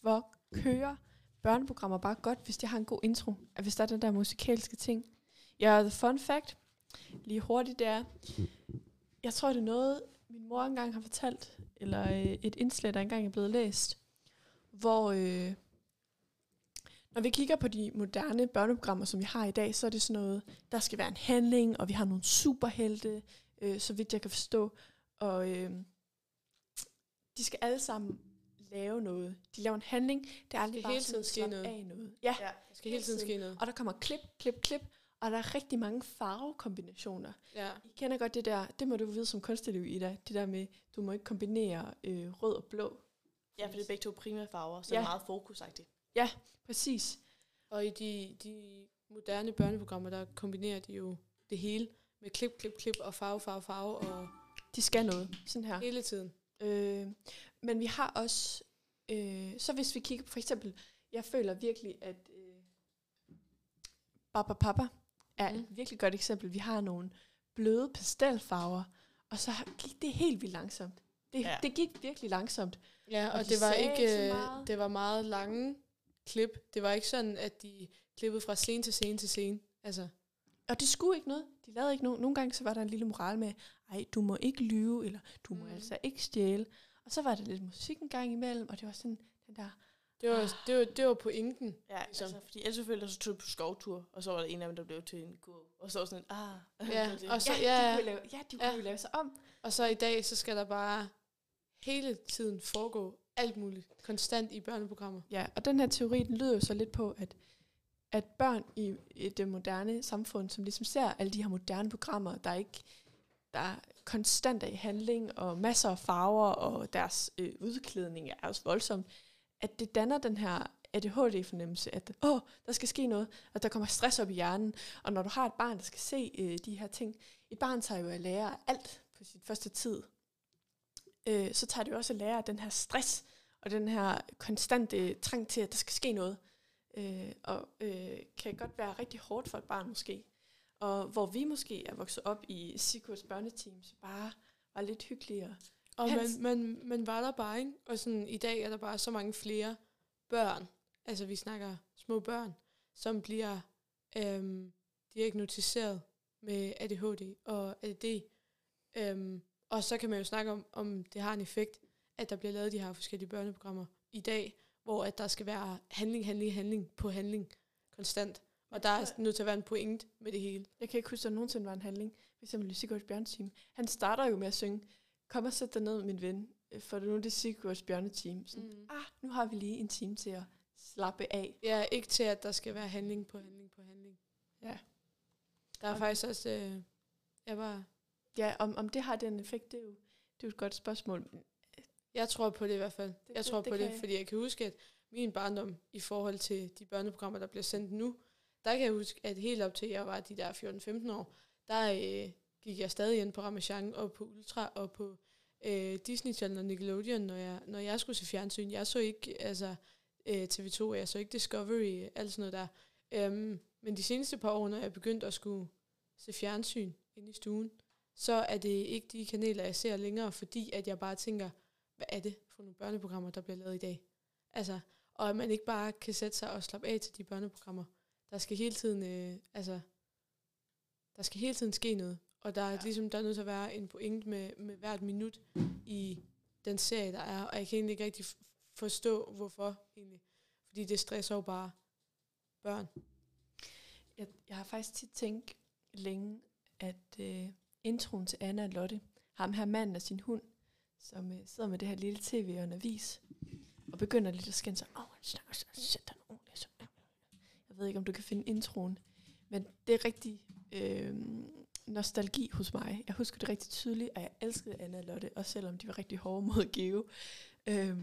[SPEAKER 2] hvor kører børneprogrammer bare godt, hvis de har en god intro. At hvis der er den der musikalske ting. Ja, the fun fact, lige hurtigt, det er, jeg tror, det er noget, min mor engang har fortalt, eller øh, et indslag, der engang er blevet læst, hvor øh, når vi kigger på de moderne børneprogrammer, som vi har i dag, så er det sådan noget, der skal være en handling, og vi har nogle superhelte, øh, så vidt jeg kan forstå. Og øh, de skal alle sammen lave noget. De laver en handling. Det er aldrig
[SPEAKER 3] skal
[SPEAKER 2] bare
[SPEAKER 3] hele
[SPEAKER 2] sådan
[SPEAKER 3] tiden ske
[SPEAKER 2] slap
[SPEAKER 3] noget.
[SPEAKER 2] af noget. Ja,
[SPEAKER 4] Ja.
[SPEAKER 3] der skal hele tiden ske noget.
[SPEAKER 2] og der kommer klip, klip, klip, Og der er rigtig mange farvekombinationer.
[SPEAKER 3] Ja.
[SPEAKER 2] I kender godt det der, det må du vide som kunsteliv, Ida. Det der med, du må ikke kombinere øh, rød og blå.
[SPEAKER 4] Ja, for det er begge to primære farver, så ja.
[SPEAKER 2] Ja.
[SPEAKER 4] er meget fokusagtigt.
[SPEAKER 2] Præcis.
[SPEAKER 3] Og i de, de moderne børneprogrammer, der kombinerer de jo det hele med klip, klip, klip og farve, farve, farve og
[SPEAKER 2] De skal noget. Sådan her.
[SPEAKER 3] hele tiden.
[SPEAKER 2] Øh, men vi har også, øh, så hvis vi kigger på for eksempel, jeg føler virkelig, at øh, Baba Papa er
[SPEAKER 3] Mm.
[SPEAKER 2] et virkelig godt eksempel. Vi har nogle bløde pastelfarver, og så har- gik det helt vildt langsomt. Det,
[SPEAKER 4] Ja.
[SPEAKER 2] ja. det gik virkelig langsomt.
[SPEAKER 3] Ja, og,
[SPEAKER 2] Og
[SPEAKER 3] og
[SPEAKER 2] de
[SPEAKER 3] det var
[SPEAKER 2] sagde
[SPEAKER 3] ikke,
[SPEAKER 2] ikke så
[SPEAKER 3] øh,
[SPEAKER 2] meget.
[SPEAKER 3] det var meget lange klip. Det var ikke sådan, at de klippede fra scene til scene til scene. Altså,
[SPEAKER 2] Og det skulle ikke noget. De lavede ikke nogen. Nogle gange så var der en lille moral med, ej, du må ikke lyve, eller du må
[SPEAKER 3] Mm.
[SPEAKER 2] mm. altså ikke stjæle. Og så var der lidt musik en gang imellem, og det var sådan den der,
[SPEAKER 3] det var, det var, det var pointen.
[SPEAKER 4] Ja,
[SPEAKER 3] Ligesom.
[SPEAKER 4] altså, fordi ellers så følte jeg, så tog jeg på skovtur, og så var der en af dem, der blev til en kurv. Og så var sådan, ah.
[SPEAKER 3] Ja,
[SPEAKER 4] [LAUGHS] det.
[SPEAKER 3] og så,
[SPEAKER 2] ja, de
[SPEAKER 3] ja,
[SPEAKER 2] kunne, lave, ja, de kunne
[SPEAKER 3] Ja.
[SPEAKER 2] ja. lave sig om.
[SPEAKER 3] og så i dag, så skal der bare hele tiden foregå alt muligt, konstant i børneprogrammer.
[SPEAKER 2] Ja, og den her teori, den lyder jo så lidt på, at, at børn i et øh, moderne samfund, som ligesom ser alle de her moderne programmer, der ikke der konstant er i handling, og masser af farver, og deres øh, udklædning er også voldsom, at det danner den her ADHD-fornemmelse, at åh, der skal ske noget, at der kommer stress op i hjernen, og når du har et barn, der skal se øh, de her ting, et barn tager jo at lære alt på sit første tid, øh, så tager det jo også at lære af den her stress, og den her konstante trang til, at der skal ske noget, øh, og øh, kan godt være rigtig hårdt for et barn måske. Og hvor vi måske er vokset op i Sigurds børneteam, så bare var lidt hyggeligere.
[SPEAKER 3] Og
[SPEAKER 2] Hans-
[SPEAKER 3] man, man, man var der bare, ikke? Og sådan, i dag er der bare så mange flere børn, altså vi snakker små børn, som bliver øhm, diagnostiseret med ADHD og ADD. Øhm, og så kan man jo snakke om, om det har en effekt, at der bliver lavet de her forskellige børneprogrammer i dag, hvor at der skal være handling, handling, handling på handling konstant. Og der er nødt til at være en point med det hele.
[SPEAKER 2] Jeg kan ikke huske, at der nogensinde var en handling. For eksempel i Sigurds børneteam. Han starter jo med at synge, kom og sæt dig ned, min ven, øh, for nu er det Sigurds børneteam. Sådan,
[SPEAKER 3] Mm.
[SPEAKER 2] ah, nu har vi lige en time til at slappe af.
[SPEAKER 3] Ja, ikke til, at der skal være handling på handling på handling.
[SPEAKER 2] Ja.
[SPEAKER 3] Der er
[SPEAKER 2] Og-
[SPEAKER 3] faktisk også... Øh, jeg, var,
[SPEAKER 2] Ja, om, om det har den effekt, det er jo, det er jo et godt spørgsmål.
[SPEAKER 3] jeg tror på det i hvert fald. Det, jeg
[SPEAKER 2] det-
[SPEAKER 3] tror
[SPEAKER 2] det
[SPEAKER 3] på det,
[SPEAKER 2] kan jeg.
[SPEAKER 3] fordi jeg kan huske, at min barndom i forhold til de børneprogrammer, der bliver sendt nu, der kan jeg huske, at helt op til jeg var de der 14-15 år, der øh, gik jeg stadig ind på Ramachan og på Ultra og på øh, Disney Channel og Nickelodeon, når jeg, når jeg skulle se fjernsyn. Jeg så ikke altså, øh, TV2, og jeg så ikke Discovery, alt sådan noget der. Øhm, men de seneste par år, når jeg begyndte at skulle se fjernsyn inde i stuen, så er det ikke de kanaler, jeg ser længere, fordi at jeg bare tænker, hvad er det for nogle børneprogrammer, der bliver lavet i dag? Altså, og at man ikke bare kan sætte sig og slappe af til de børneprogrammer. Der skal hele tiden, øh, altså, der skal hele tiden ske noget. Og der er ja. ligesom, der er nødt til at være en pointe med, med hvert minut i den serie, der er. Og jeg kan egentlig ikke rigtig f- forstå, hvorfor egentlig. Fordi det stresser jo bare børn.
[SPEAKER 2] Jeg, jeg har faktisk tit tænkt længe, at øh, introen til Anna og Lotte, ham her manden og sin hund, som øh, sidder med det her lille tv og en avis, og begynder lidt at skænde sig, åh, han snakker så, sæt dig nu ordentligt. Så. Jeg ved ikke, om du kan finde introen, men det er rigtig øh, nostalgi hos mig. Jeg husker det rigtig tydeligt, og jeg elskede Anna og Lotte, også selvom de var rigtig hårde mod Geo. Øh,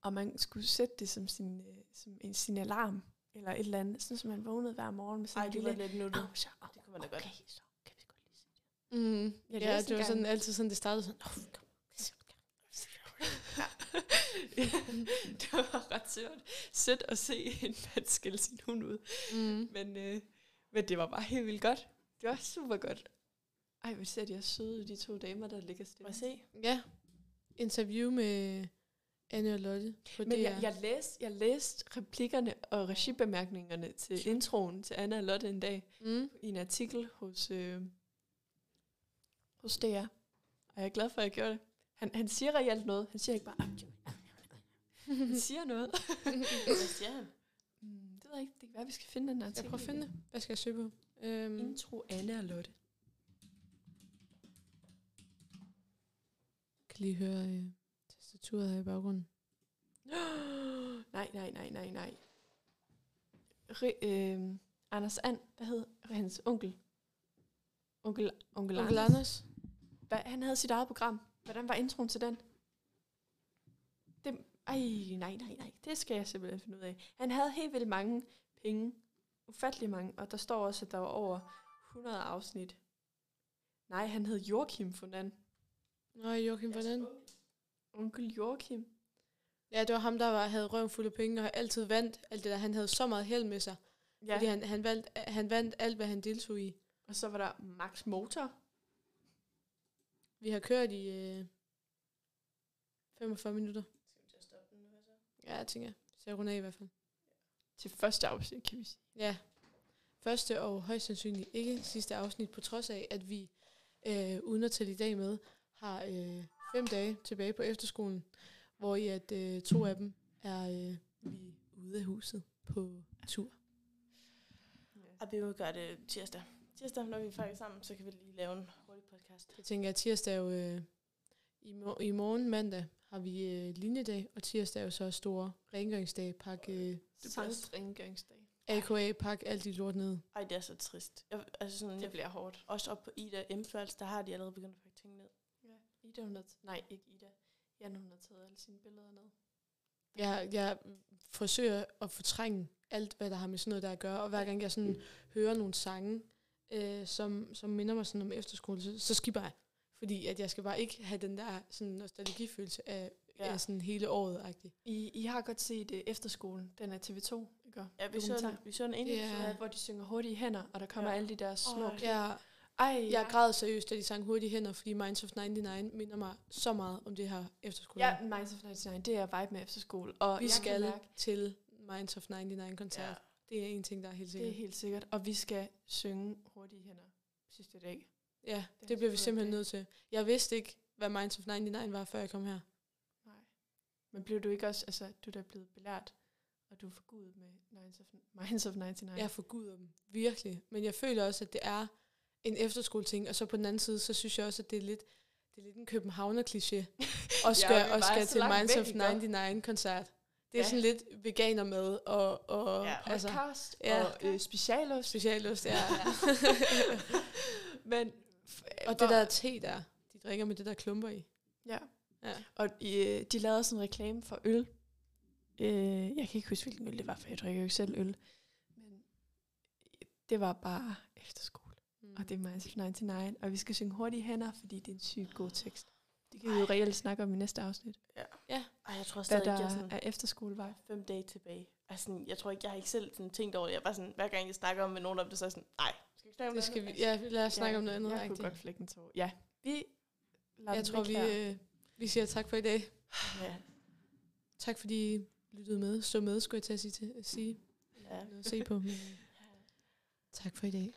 [SPEAKER 2] og man skulle sætte det som sin, øh, som en, sin alarm, eller et eller andet, sådan, så man vågnede hver morgen med sådan
[SPEAKER 4] Ej,
[SPEAKER 2] en
[SPEAKER 4] det
[SPEAKER 2] lille Ah,
[SPEAKER 4] var lidt nu.
[SPEAKER 2] Åh, så, åh,
[SPEAKER 4] Det kunne man da godt.
[SPEAKER 2] Okay, så kan vi godt lige se.
[SPEAKER 3] Mm.
[SPEAKER 2] Jeg
[SPEAKER 3] Ja,
[SPEAKER 2] læste
[SPEAKER 3] det var
[SPEAKER 2] engang-
[SPEAKER 3] sådan, altid sådan, det startede sådan,
[SPEAKER 2] Mm.
[SPEAKER 3] oh,
[SPEAKER 2] [LAUGHS] det var ret sødt. Sødt at se en mand skille sin hund ud.
[SPEAKER 3] mm.
[SPEAKER 2] Men, øh, men det var bare helt vildt godt. Det var super godt. Ej, hvor ser de også søde ud, de to damer, der ligger
[SPEAKER 4] Må
[SPEAKER 2] stille.
[SPEAKER 4] jeg se?
[SPEAKER 3] Ja, interview med Anne og Lotte på
[SPEAKER 2] Men
[SPEAKER 3] DR.
[SPEAKER 2] jeg, jeg, læste, jeg læste replikkerne og regibemærkningerne til introen til Anna og Lotte en dag
[SPEAKER 3] mm.
[SPEAKER 2] i en artikel hos, øh, hos DR. Og jeg er glad for, at jeg gjorde det. Han, han siger reelt noget. Han siger ikke bare... "Ah, ja." [LAUGHS] Han siger noget.
[SPEAKER 4] Hvad siger han?
[SPEAKER 2] Mm, det ved jeg ikke. Det kan være, vi skal finde den Mm. her
[SPEAKER 3] Jeg prøver at finde det. Hvad skal jeg søge på? Øhm,
[SPEAKER 2] Intro Anne og [GASPS] Lotte.
[SPEAKER 3] kan lige høre øh, tastaturet her i baggrunden.
[SPEAKER 2] nej, nej, nej, nej, nej. Re, øh, Anders And, hvad hed hans onkel? Onkel, onkel,
[SPEAKER 3] Onkel
[SPEAKER 2] onkel Anders.
[SPEAKER 3] Anders.
[SPEAKER 2] Hvad, han havde sit eget program. Hvordan var introen til den? Det, ej, nej, nej, nej. Det skal jeg simpelthen finde ud af. Han havde helt vildt mange penge. Ufattelig mange. Og der står også, at der var over 100 afsnit. Nej, han hed Joachim Fernand.
[SPEAKER 3] Nå, Joachim Fernand.
[SPEAKER 2] Onkel Joachim.
[SPEAKER 3] Ja, det var ham, der var, havde røven fuld af penge, og altid vandt alt det der. Han havde så meget held med sig, ja. fordi han, han, valgte, han vandt alt, hvad han deltog i.
[SPEAKER 2] Og så var der Max Motor.
[SPEAKER 3] Vi har kørt i øh, 45 minutter.
[SPEAKER 4] Skal vi til at stoppe den nu, altså?
[SPEAKER 3] Ja, jeg tænker, så jeg runder af i hvert fald.
[SPEAKER 2] Til første afsnit, kan vi sige.
[SPEAKER 3] Ja. Første og højst sandsynligt ikke sidste afsnit, på trods af, at vi, øh, uden at tælle i dag med, har øh, fem dage tilbage på efterskolen, hvor i at øh, to af dem er øh, vi er ude af huset på tur.
[SPEAKER 4] Og vi vil gøre det tirsdag. Tirsdag, når vi er faktisk sammen, så kan vi lige lave en hurtig podcast.
[SPEAKER 3] Jeg tænker, at tirsdag er jo, øh, i, mor- i morgen mandag har vi øh, linjedag, og tirsdag er jo så store rengøringsdag, pak, øh,
[SPEAKER 2] Det
[SPEAKER 4] bliver
[SPEAKER 2] Sankt Rengøringsdag.
[SPEAKER 3] AKA, pak alt dit lort ned.
[SPEAKER 4] Ej, det er så trist. Jeg, altså sådan,
[SPEAKER 2] Det
[SPEAKER 4] jeg,
[SPEAKER 2] bliver hårdt.
[SPEAKER 4] også op på Ida M12, der har de allerede begyndt at pakke ting ned.
[SPEAKER 2] Ja. Ida, hun har t- nej, ikke Ida. Jan, hun har taget alle sine billeder ned.
[SPEAKER 3] Jeg, jeg forsøger at fortrænge alt, hvad der har med sådan noget der at gøre, og hver gang jeg sådan hører nogle sange, øh, som, som minder mig sådan om efterskole, så, så skipper jeg. Fordi at jeg skal bare ikke have den der sådan nostalgifølelse af, ja.
[SPEAKER 4] Ja.
[SPEAKER 3] af sådan hele året -agtig.
[SPEAKER 2] I, I har godt set uh, Efterskolen, den er TV2, ikke?
[SPEAKER 4] Ja, vi så, den-
[SPEAKER 2] Dokumentar.
[SPEAKER 4] vi så en enkelt.
[SPEAKER 3] Ja.
[SPEAKER 4] Yeah.
[SPEAKER 2] Ja, Øh, hvor de synger hurtige hænder, og der kommer
[SPEAKER 4] Ja.
[SPEAKER 2] alle de der små...
[SPEAKER 4] Åh,
[SPEAKER 2] Oh,
[SPEAKER 3] Jeg,
[SPEAKER 2] Ej,
[SPEAKER 3] jeg græd seriøst, da de sang hurtigt hænder, fordi Minds of 99 minder mig så meget om det her efterskole.
[SPEAKER 2] Ja, Minds of 99, det er vibe med efterskole. Og
[SPEAKER 3] vi
[SPEAKER 2] jeg kan
[SPEAKER 3] skal
[SPEAKER 2] mærke,
[SPEAKER 3] til Minds of 99-koncert.
[SPEAKER 4] Ja.
[SPEAKER 3] Ja. Det er en ting, der er helt
[SPEAKER 2] det er
[SPEAKER 3] sikkert.
[SPEAKER 2] helt sikkert. Og vi skal synge hurtige hænder sidste dag.
[SPEAKER 3] Ja,
[SPEAKER 2] har
[SPEAKER 3] det, det bliver vi
[SPEAKER 2] jeg
[SPEAKER 3] simpelthen
[SPEAKER 2] fået
[SPEAKER 3] nødt til. Jeg vidste ikke, hvad Minds of 99 var, før jeg kom her.
[SPEAKER 2] Nej. Men blev du ikke også... Altså, du er da blevet belært, og du er forgudet med Minds of, Minds of 99.
[SPEAKER 3] Jeg forguder dem, virkelig. Men jeg føler også, at det er en efterskoleting, og så på den anden side, så synes jeg også, at det er lidt, det er lidt en københavner-kliché, og skal,
[SPEAKER 2] vi
[SPEAKER 3] ja,
[SPEAKER 2] er
[SPEAKER 3] og
[SPEAKER 2] bare
[SPEAKER 3] skal
[SPEAKER 2] så
[SPEAKER 3] til
[SPEAKER 2] langt
[SPEAKER 3] Minds
[SPEAKER 2] væk,
[SPEAKER 3] of
[SPEAKER 2] ikke også?
[SPEAKER 3] 99-koncert. Det er
[SPEAKER 2] Ja.
[SPEAKER 3] sådan lidt veganer med, og, og
[SPEAKER 4] Ja.
[SPEAKER 3] ja. altså,
[SPEAKER 2] podcast
[SPEAKER 3] ja.
[SPEAKER 2] og øh, specialost.
[SPEAKER 3] speciallyst, ja. ja.
[SPEAKER 2] Men, f-
[SPEAKER 3] og det der te der, de drikker med det der klumper i.
[SPEAKER 2] Ja.
[SPEAKER 3] Ja.
[SPEAKER 2] Og øh, de lavede sådan en reklame for øl. Øh, jeg kan ikke huske, hvilken øl det var, for jeg drikker jo ikke selv øl. Men øh, det var bare efterskole.
[SPEAKER 3] Mm.
[SPEAKER 2] Og det er Minds of 99. Og vi skal synge hurtige hænder, fordi det er en sygt god tekst. Det kan vi jo reelt snakke om i næste afsnit.
[SPEAKER 4] Ej, jeg tror
[SPEAKER 2] Hvad
[SPEAKER 4] stadig, jeg er
[SPEAKER 2] der
[SPEAKER 4] sådan
[SPEAKER 2] er efterskolevibe.
[SPEAKER 4] fem dage tilbage. Altså, jeg tror ikke, jeg har ikke selv sådan tænkt over det. Jeg var sådan, hver gang jeg snakker om med nogen om det, så er jeg sådan, nej, skal vi ikke snakke om
[SPEAKER 3] Det skal vi, ja, lad os snakke om noget andet.
[SPEAKER 2] Jeg kunne
[SPEAKER 3] rigtigt.
[SPEAKER 2] godt flække en tår. Ja, vi lader
[SPEAKER 3] jeg
[SPEAKER 2] den
[SPEAKER 3] tror,
[SPEAKER 2] ligge
[SPEAKER 3] vi,
[SPEAKER 2] her.
[SPEAKER 3] øh, vi siger tak for i dag.
[SPEAKER 4] Ja,
[SPEAKER 3] Tak fordi I lyttede med. Stå med, skulle jeg til at sige. Til, at sige.
[SPEAKER 4] ja.
[SPEAKER 3] Noget at se
[SPEAKER 2] [LAUGHS]
[SPEAKER 3] på. Men... Tak for i dag.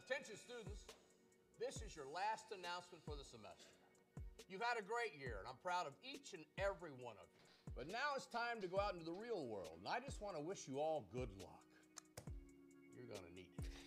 [SPEAKER 1] Attention students, this is your last announcement for the semester. You've had a great year, and I'm proud of each and every one of you. But now it's time to go out into the real world, and I just want to wish you all good luck. You're going to need it.